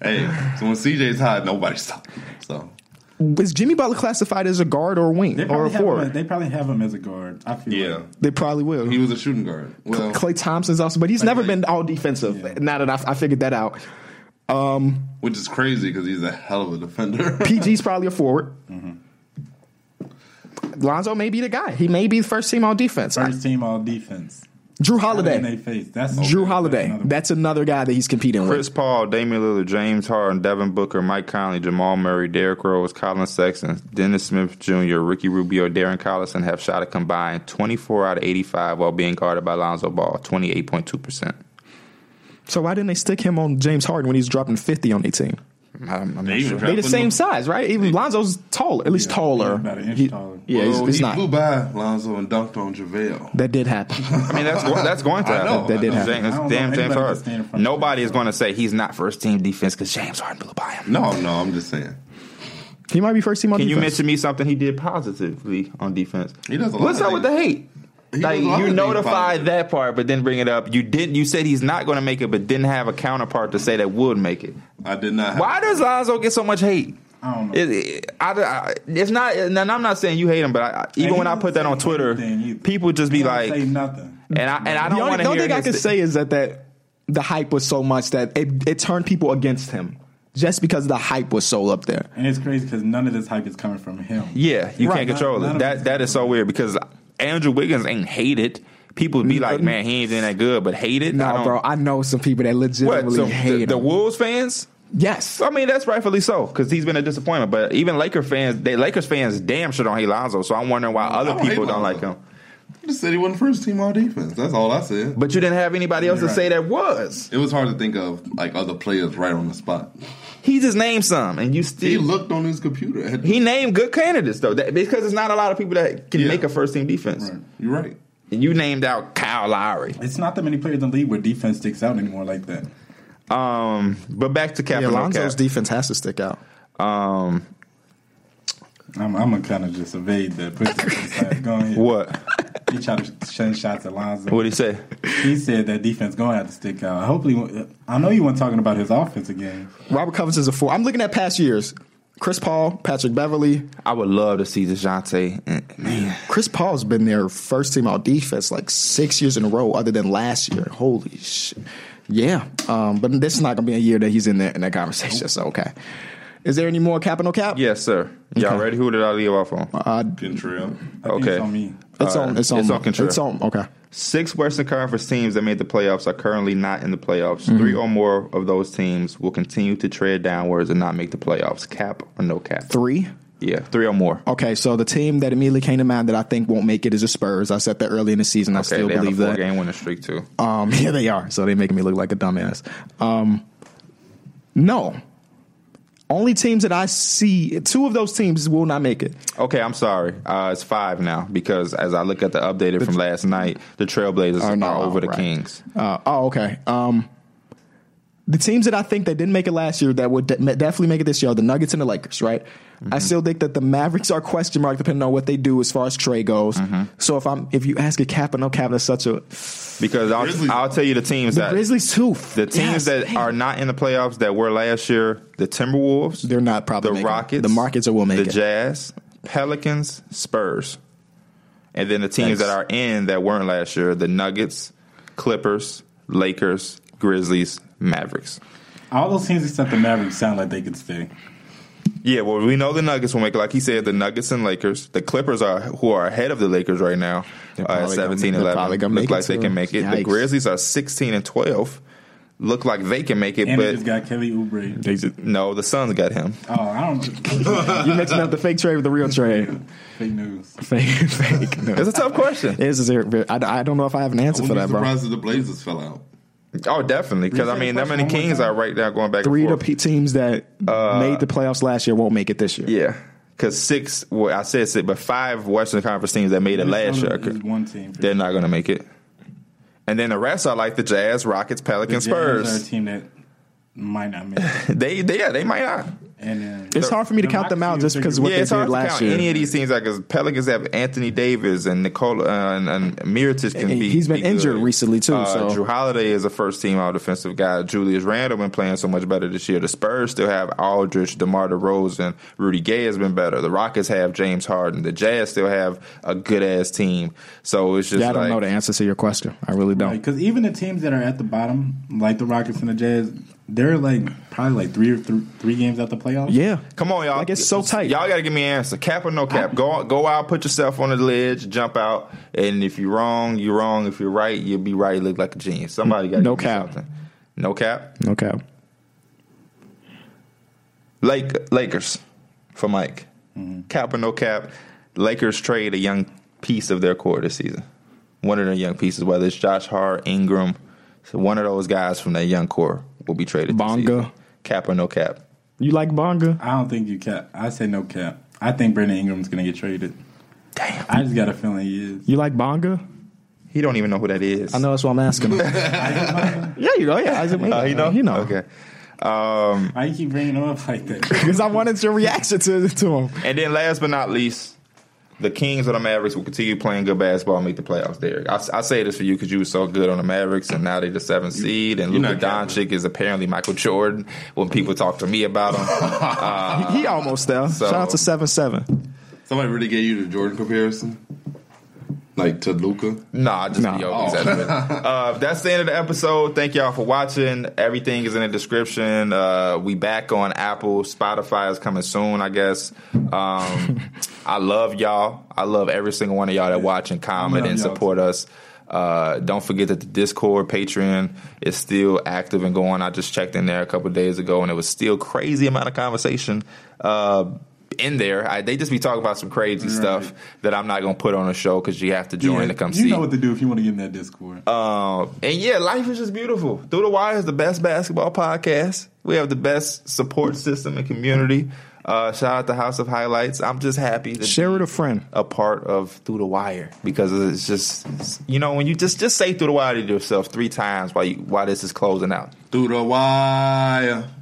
Speaker 3: Hey, so when CJ's hot, nobody's stopping. So
Speaker 1: Is Jimmy Butler classified as a guard or a wing
Speaker 4: They
Speaker 1: or a
Speaker 4: probably, have him, as-
Speaker 1: forward?
Speaker 4: they probably have him as a guard. I feel
Speaker 3: yeah,
Speaker 4: like.
Speaker 1: They probably will.
Speaker 3: he was a shooting guard. Well,
Speaker 1: Clay Thompson's also, but he's never
Speaker 3: think-
Speaker 1: been all defensive.
Speaker 4: Yeah.
Speaker 1: Now that I, I figured that out,
Speaker 3: which is crazy because he's a hell of a
Speaker 2: *laughs*
Speaker 3: defender.
Speaker 1: PG's probably a forward.
Speaker 4: Mm-hmm.
Speaker 1: Lonzo may be the guy. He may be the first team on defense.
Speaker 4: first team all defense.
Speaker 1: Drew
Speaker 4: In their
Speaker 1: Holiday.
Speaker 4: face. That's
Speaker 1: Drew
Speaker 4: okay.
Speaker 1: Holiday.
Speaker 4: another-
Speaker 1: That's another guy that he's competing
Speaker 2: Chris
Speaker 1: with.
Speaker 2: Paul, Damian Lillard, James Harden, Devin Booker, Mike Conley, Jamal Murray, Derrick Rose, Colin Sexton, Dennis Smith Jr., Ricky Rubio, Darren Collison have shot a combined 24 out of 85 while being guarded by Lonzo Ball, 28.2%.
Speaker 1: So why didn't they stick him on James Harden when he's dropping fifty on their team?
Speaker 2: I'm, I'm
Speaker 3: They
Speaker 2: not
Speaker 3: even
Speaker 2: sure.
Speaker 3: tried-
Speaker 1: They the same size, right? Even Lonzo's taller, at least taller.
Speaker 4: about an inch
Speaker 1: He-
Speaker 4: taller.
Speaker 1: Yeah, he's,
Speaker 3: Well,
Speaker 1: he's
Speaker 3: he
Speaker 1: not.
Speaker 3: flew by Lonzo and dunked on JaVale.
Speaker 1: That did
Speaker 4: *laughs*
Speaker 1: happen.
Speaker 2: I mean, that's go- that's going to
Speaker 3: I know,
Speaker 2: happen.
Speaker 1: That did
Speaker 2: James-
Speaker 1: happen.
Speaker 2: that's
Speaker 4: I don't know
Speaker 2: damn James
Speaker 4: anybody that stand in
Speaker 2: Harden.
Speaker 4: front of
Speaker 2: Nobody
Speaker 4: James
Speaker 2: is going to say he's not first team defense because James Harden blew by him.
Speaker 3: No, no, I'm just saying.
Speaker 1: he might be first team on
Speaker 2: Can you
Speaker 1: defense.
Speaker 2: mention me something he did positively on defense?
Speaker 3: He does a lot
Speaker 2: What's
Speaker 3: of
Speaker 2: up with the hate?
Speaker 3: He
Speaker 2: like
Speaker 3: does a lot
Speaker 2: you
Speaker 3: of things
Speaker 2: notified
Speaker 3: positive.
Speaker 2: that part, but didn't bring it up. You didn't. You said he's not going to make it, but didn't have a counterpart to say that would make it.
Speaker 3: I did not. Have
Speaker 2: Why does Lonzo get so much hate?
Speaker 4: I don't know.
Speaker 2: It, it- I, I- it's not, and I'm not saying you hate him, but I, I- even
Speaker 4: he
Speaker 2: when I
Speaker 4: doesn't
Speaker 2: put that
Speaker 4: say
Speaker 2: on Twitter,
Speaker 4: anything either.
Speaker 2: people just be
Speaker 4: He don't say
Speaker 2: like,
Speaker 4: nothing.
Speaker 2: and I and I
Speaker 1: The
Speaker 2: don't
Speaker 1: only,
Speaker 2: want
Speaker 1: the
Speaker 2: to
Speaker 1: only
Speaker 2: hear.
Speaker 1: thing I
Speaker 2: his-
Speaker 1: can say is that that the hype was so much that it, it turned people against him just because the hype was so up there.
Speaker 4: And it's crazy because none of this hype is coming from him.
Speaker 2: Yeah, you
Speaker 1: Right.
Speaker 2: can't control
Speaker 4: None
Speaker 2: it.
Speaker 4: of
Speaker 2: That
Speaker 4: us
Speaker 2: that is so weird because Andrew Wiggins ain't hated. People be like, man, he ain't doing that good, but hated.
Speaker 1: No,
Speaker 2: I don't-
Speaker 1: bro, I know some people that
Speaker 2: What?
Speaker 1: legitimately
Speaker 2: So
Speaker 1: hate
Speaker 2: the, the
Speaker 1: him.
Speaker 2: Wolves fans.
Speaker 1: yes,
Speaker 2: I mean, that's rightfully so because he's been a disappointment. But even Laker fans, they Lakers fans, damn sure don't hate Lonzo. So I'm wondering why other
Speaker 3: don't hate
Speaker 2: people don't like
Speaker 3: Lonzo.
Speaker 2: him.
Speaker 3: I just said he wasn't first team all defense. That's all I said.
Speaker 2: But you didn't have anybody else to
Speaker 4: You're
Speaker 2: say that was.
Speaker 3: It was hard to think of like other players right on the spot.
Speaker 2: He just named some, and you
Speaker 3: He
Speaker 2: still.
Speaker 3: looked on his computer. At,
Speaker 2: He named good candidates though, that, because it's not a lot of people that can
Speaker 3: Yeah.
Speaker 2: make a first team defense.
Speaker 4: Right.
Speaker 3: you're right.
Speaker 2: And you named out Kyle Lowry.
Speaker 4: It's not that many players in the league where defense sticks out anymore like that.
Speaker 2: Um, but back to Cap.
Speaker 1: yeah,
Speaker 2: or no
Speaker 1: Lonzo's
Speaker 2: cap.
Speaker 1: defense has to stick out.
Speaker 2: um,
Speaker 4: I'm, I'm gonna kind of just evade that. Put it aside. Go
Speaker 2: *laughs*
Speaker 4: ahead.
Speaker 2: what?
Speaker 4: He tried to send shots at Lonzo.
Speaker 2: What did he say?
Speaker 4: He said that defense going to have to stick out. Hopefully, I know you weren't talking about his offensive game.
Speaker 1: Robert Covington's a four. I'm looking at past years. Chris Paul, Patrick Beverly.
Speaker 2: I would love to see Dejounte. Mm, Man,
Speaker 1: Chris Paul's been their first team all defense like six years in a row, other than last year. Holy shit. Yeah. Um, but this is not gonna be a year that he's in there in that conversation, so okay. Is there any more cap and no cap?
Speaker 2: yes, sir. Y'all
Speaker 1: Okay.
Speaker 2: ready? Who did I leave off on?
Speaker 1: Uh,
Speaker 3: Kentrell.
Speaker 4: I think
Speaker 2: Okay.
Speaker 4: it's on me.
Speaker 1: it's,
Speaker 2: All
Speaker 1: on,
Speaker 2: right.
Speaker 1: it's on.
Speaker 2: Uh, It's on Contreras.
Speaker 1: It's on. Okay.
Speaker 2: Six Western Conference teams that made the playoffs are currently not in the playoffs.
Speaker 1: Mm-hmm.
Speaker 2: Three or more of those teams will continue to tread downwards and not make the playoffs. Cap or no cap?
Speaker 1: Three.
Speaker 2: Yeah, three or more.
Speaker 1: Okay, so the team that immediately came to mind that I think won't make it is the Spurs. I said that early in the season. I still
Speaker 2: they on a
Speaker 1: believe
Speaker 2: four
Speaker 1: that.
Speaker 2: game winning streak too.
Speaker 1: Um, *laughs* yeah, they are. So they making me look like a dumbass. Um, no. Only teams that I see, two of those teams will not make it.
Speaker 2: Okay, I'm sorry. Uh, it's five now because as I look at the updated from last night, the Trailblazers
Speaker 1: Are
Speaker 2: are,
Speaker 1: not
Speaker 2: over the
Speaker 1: right.
Speaker 2: Kings.
Speaker 1: Uh, oh, okay. Um, the teams that I think that didn't make it last year that would de- definitely make it this year are the Nuggets and the Lakers, right?
Speaker 2: Mm-hmm.
Speaker 1: I still think that the Mavericks are question mark depending on what they do as far as Trey goes.
Speaker 2: Mm-hmm.
Speaker 1: So if I'm if you ask a cap, I know Cap is such a
Speaker 2: Because
Speaker 3: Grizzlies.
Speaker 2: I'll, I'll tell you the teams
Speaker 1: the
Speaker 2: that
Speaker 1: Grizzlies too.
Speaker 2: the teams
Speaker 1: Yes,
Speaker 2: that
Speaker 1: man.
Speaker 2: are not in the playoffs that were last year: the Timberwolves,
Speaker 1: they're not probably
Speaker 2: the
Speaker 1: making it.
Speaker 2: Rockets,
Speaker 1: the Rockets are will make
Speaker 2: the
Speaker 1: it.
Speaker 2: Jazz, Pelicans, Spurs, and then the
Speaker 1: Thanks.
Speaker 2: teams that are in that weren't last year: the Nuggets, Clippers, Lakers, Grizzlies, Mavericks.
Speaker 4: All those teams except the Mavericks sound like they could stay.
Speaker 2: Yeah, well, we know the Nuggets will make it. Like he said, the Nuggets and Lakers. The Clippers are who are ahead of the Lakers right now uh, at
Speaker 1: probably gonna-
Speaker 2: 17
Speaker 1: they're
Speaker 2: 11.
Speaker 1: probably gonna
Speaker 2: Look
Speaker 1: make it
Speaker 2: like they
Speaker 1: too.
Speaker 2: can make it. The
Speaker 1: Yikes.
Speaker 2: Grizzlies are 16 and 12. Look like they can make it,
Speaker 4: And they
Speaker 2: but
Speaker 4: just got Kelly Oubre.
Speaker 2: no, the Suns got him.
Speaker 4: Oh,
Speaker 2: *laughs*
Speaker 4: I don't.
Speaker 1: You're mixing up the fake trade with the real trade.
Speaker 4: Fake news.
Speaker 1: fake, fake. No.
Speaker 2: It's a tough
Speaker 1: *laughs*
Speaker 2: question.
Speaker 1: It is a very- I, I don't know if I have an answer for
Speaker 3: wouldn't
Speaker 1: that,
Speaker 3: be
Speaker 1: bro.
Speaker 3: surprised if the Blazers fell out.
Speaker 2: Oh, definitely. Because, I
Speaker 4: Repeat
Speaker 2: mean,
Speaker 4: the
Speaker 2: that many
Speaker 4: question one more
Speaker 2: Kings
Speaker 4: time.
Speaker 2: are right now going back
Speaker 1: Three
Speaker 2: and
Speaker 1: of the
Speaker 2: forth.
Speaker 1: pe- teams that
Speaker 2: Uh,
Speaker 1: made the playoffs last year won't make it this year.
Speaker 2: yeah. Because six, well, I said six, but five Western Conference teams that made it last year,
Speaker 4: Minnesota is one team.
Speaker 2: they're not going to make it. And then the rest are like the Jazz, Rockets, Pelicans,
Speaker 4: Jazz are a
Speaker 2: Spurs.
Speaker 4: team that might not make it.
Speaker 2: They, they, yeah, they might not. *laughs*
Speaker 4: And then
Speaker 1: It's hard for me to
Speaker 4: The
Speaker 1: count them out
Speaker 4: Rockets
Speaker 1: just
Speaker 4: are
Speaker 1: because of what they
Speaker 2: it's hard
Speaker 1: did
Speaker 2: to
Speaker 1: last
Speaker 2: count
Speaker 1: year.
Speaker 2: Any of these teams, like 'cause Pelicans have Anthony Davis and Nicola uh, and, and Miritis can
Speaker 1: And
Speaker 2: be.
Speaker 1: he's been
Speaker 2: be
Speaker 1: injured
Speaker 2: good.
Speaker 1: recently, too,
Speaker 2: Uh,
Speaker 1: so-
Speaker 2: Drew Holiday is a first team all defensive guy. Julius Randle been playing so much better this year. The Spurs still have Aldridge, DeMar DeRozan, Rudy Gay has been better. The Rockets have James Harden. The Jazz still have a good ass team. So it's just
Speaker 1: yeah, I don't
Speaker 2: like,
Speaker 1: know the answer to your question. I really don't.
Speaker 4: Because even the teams that are at the bottom, like the Rockets and the Jazz, they're like probably like three or th- three games out the playoffs.
Speaker 1: Yeah,
Speaker 2: Come on, y'all.
Speaker 1: Like, it's so tight.
Speaker 2: Y'all got to give me an answer. Cap or no cap? Go go out, put yourself on the ledge, jump out, and if you're wrong, you're wrong. If you're right, you'll be right. You look like a genius. Somebody got
Speaker 1: No
Speaker 2: give
Speaker 1: cap.
Speaker 2: Me something. No cap.
Speaker 1: no cap.
Speaker 2: Lake Lakers for Mike. Cap or no cap? Lakers trade a young piece of their core this season. One of their young pieces, whether it's Josh Hart, Ingram, so one of those guys from that young core will be traded. this
Speaker 1: Bonga.
Speaker 2: season. Cap or no cap?
Speaker 1: You like Bonga?
Speaker 4: I don't think you cap. I say no cap. I think Brandon Ingram's gonna get traded.
Speaker 2: Damn.
Speaker 4: I just got a feeling he is.
Speaker 1: You like Bonga?
Speaker 2: He don't even know who that is.
Speaker 1: I know that's what I'm asking. yeah, you know. *laughs* Yeah, Isaac Bonga.
Speaker 2: Uh, he know.
Speaker 1: You know.
Speaker 2: Okay.
Speaker 4: Why you keep bringing him up like that?
Speaker 1: Because I wanted your reaction to to him.
Speaker 2: And then last but not least, the Kings or the Mavericks will continue playing good basketball and make the playoffs, Derek. I, I say this for you because you were so good on the Mavericks, and now they the seventh seed, and
Speaker 3: you're
Speaker 2: Luka
Speaker 3: not counting.
Speaker 2: Doncic is apparently Michael Jordan when people talk to me about him.
Speaker 1: he, he almost there.
Speaker 2: Uh, so-
Speaker 1: Shout out to seven seven.
Speaker 3: Somebody really gave you the Jordan comparison, like to Luca.
Speaker 2: nah, I just
Speaker 1: Nah.
Speaker 2: be over exaggerating.
Speaker 4: Oh.
Speaker 2: uh, That's the end of the episode. Thank y'all for watching. Everything is in the description. Uh, we back on Apple. Spotify is coming soon, I guess.
Speaker 4: *laughs*
Speaker 2: Um, I love y'all. I love every single one of y'all that watch and comment
Speaker 4: Love
Speaker 2: and
Speaker 4: y'all,
Speaker 2: support. support us. Uh, don't forget that the Discord Patreon is still active and going. I just checked in there a couple days ago, and it was still crazy amount of conversation uh, in there. I, they just be talking about some crazy stuff that I'm not gonna put on a show because you have to join to come
Speaker 4: you
Speaker 2: see.
Speaker 4: know what to do if you want to get in that Discord.
Speaker 2: Um, and yeah, life is just beautiful. Through the Wire is the best basketball podcast. We have the best support system and community. Uh, shout out to House of Highlights. I'm just happy that
Speaker 1: Share with a friend.
Speaker 2: a part of Through the Wire because it's just you know when you just just say Through the Wire to yourself three times while you while this is closing out.
Speaker 3: Through the wire.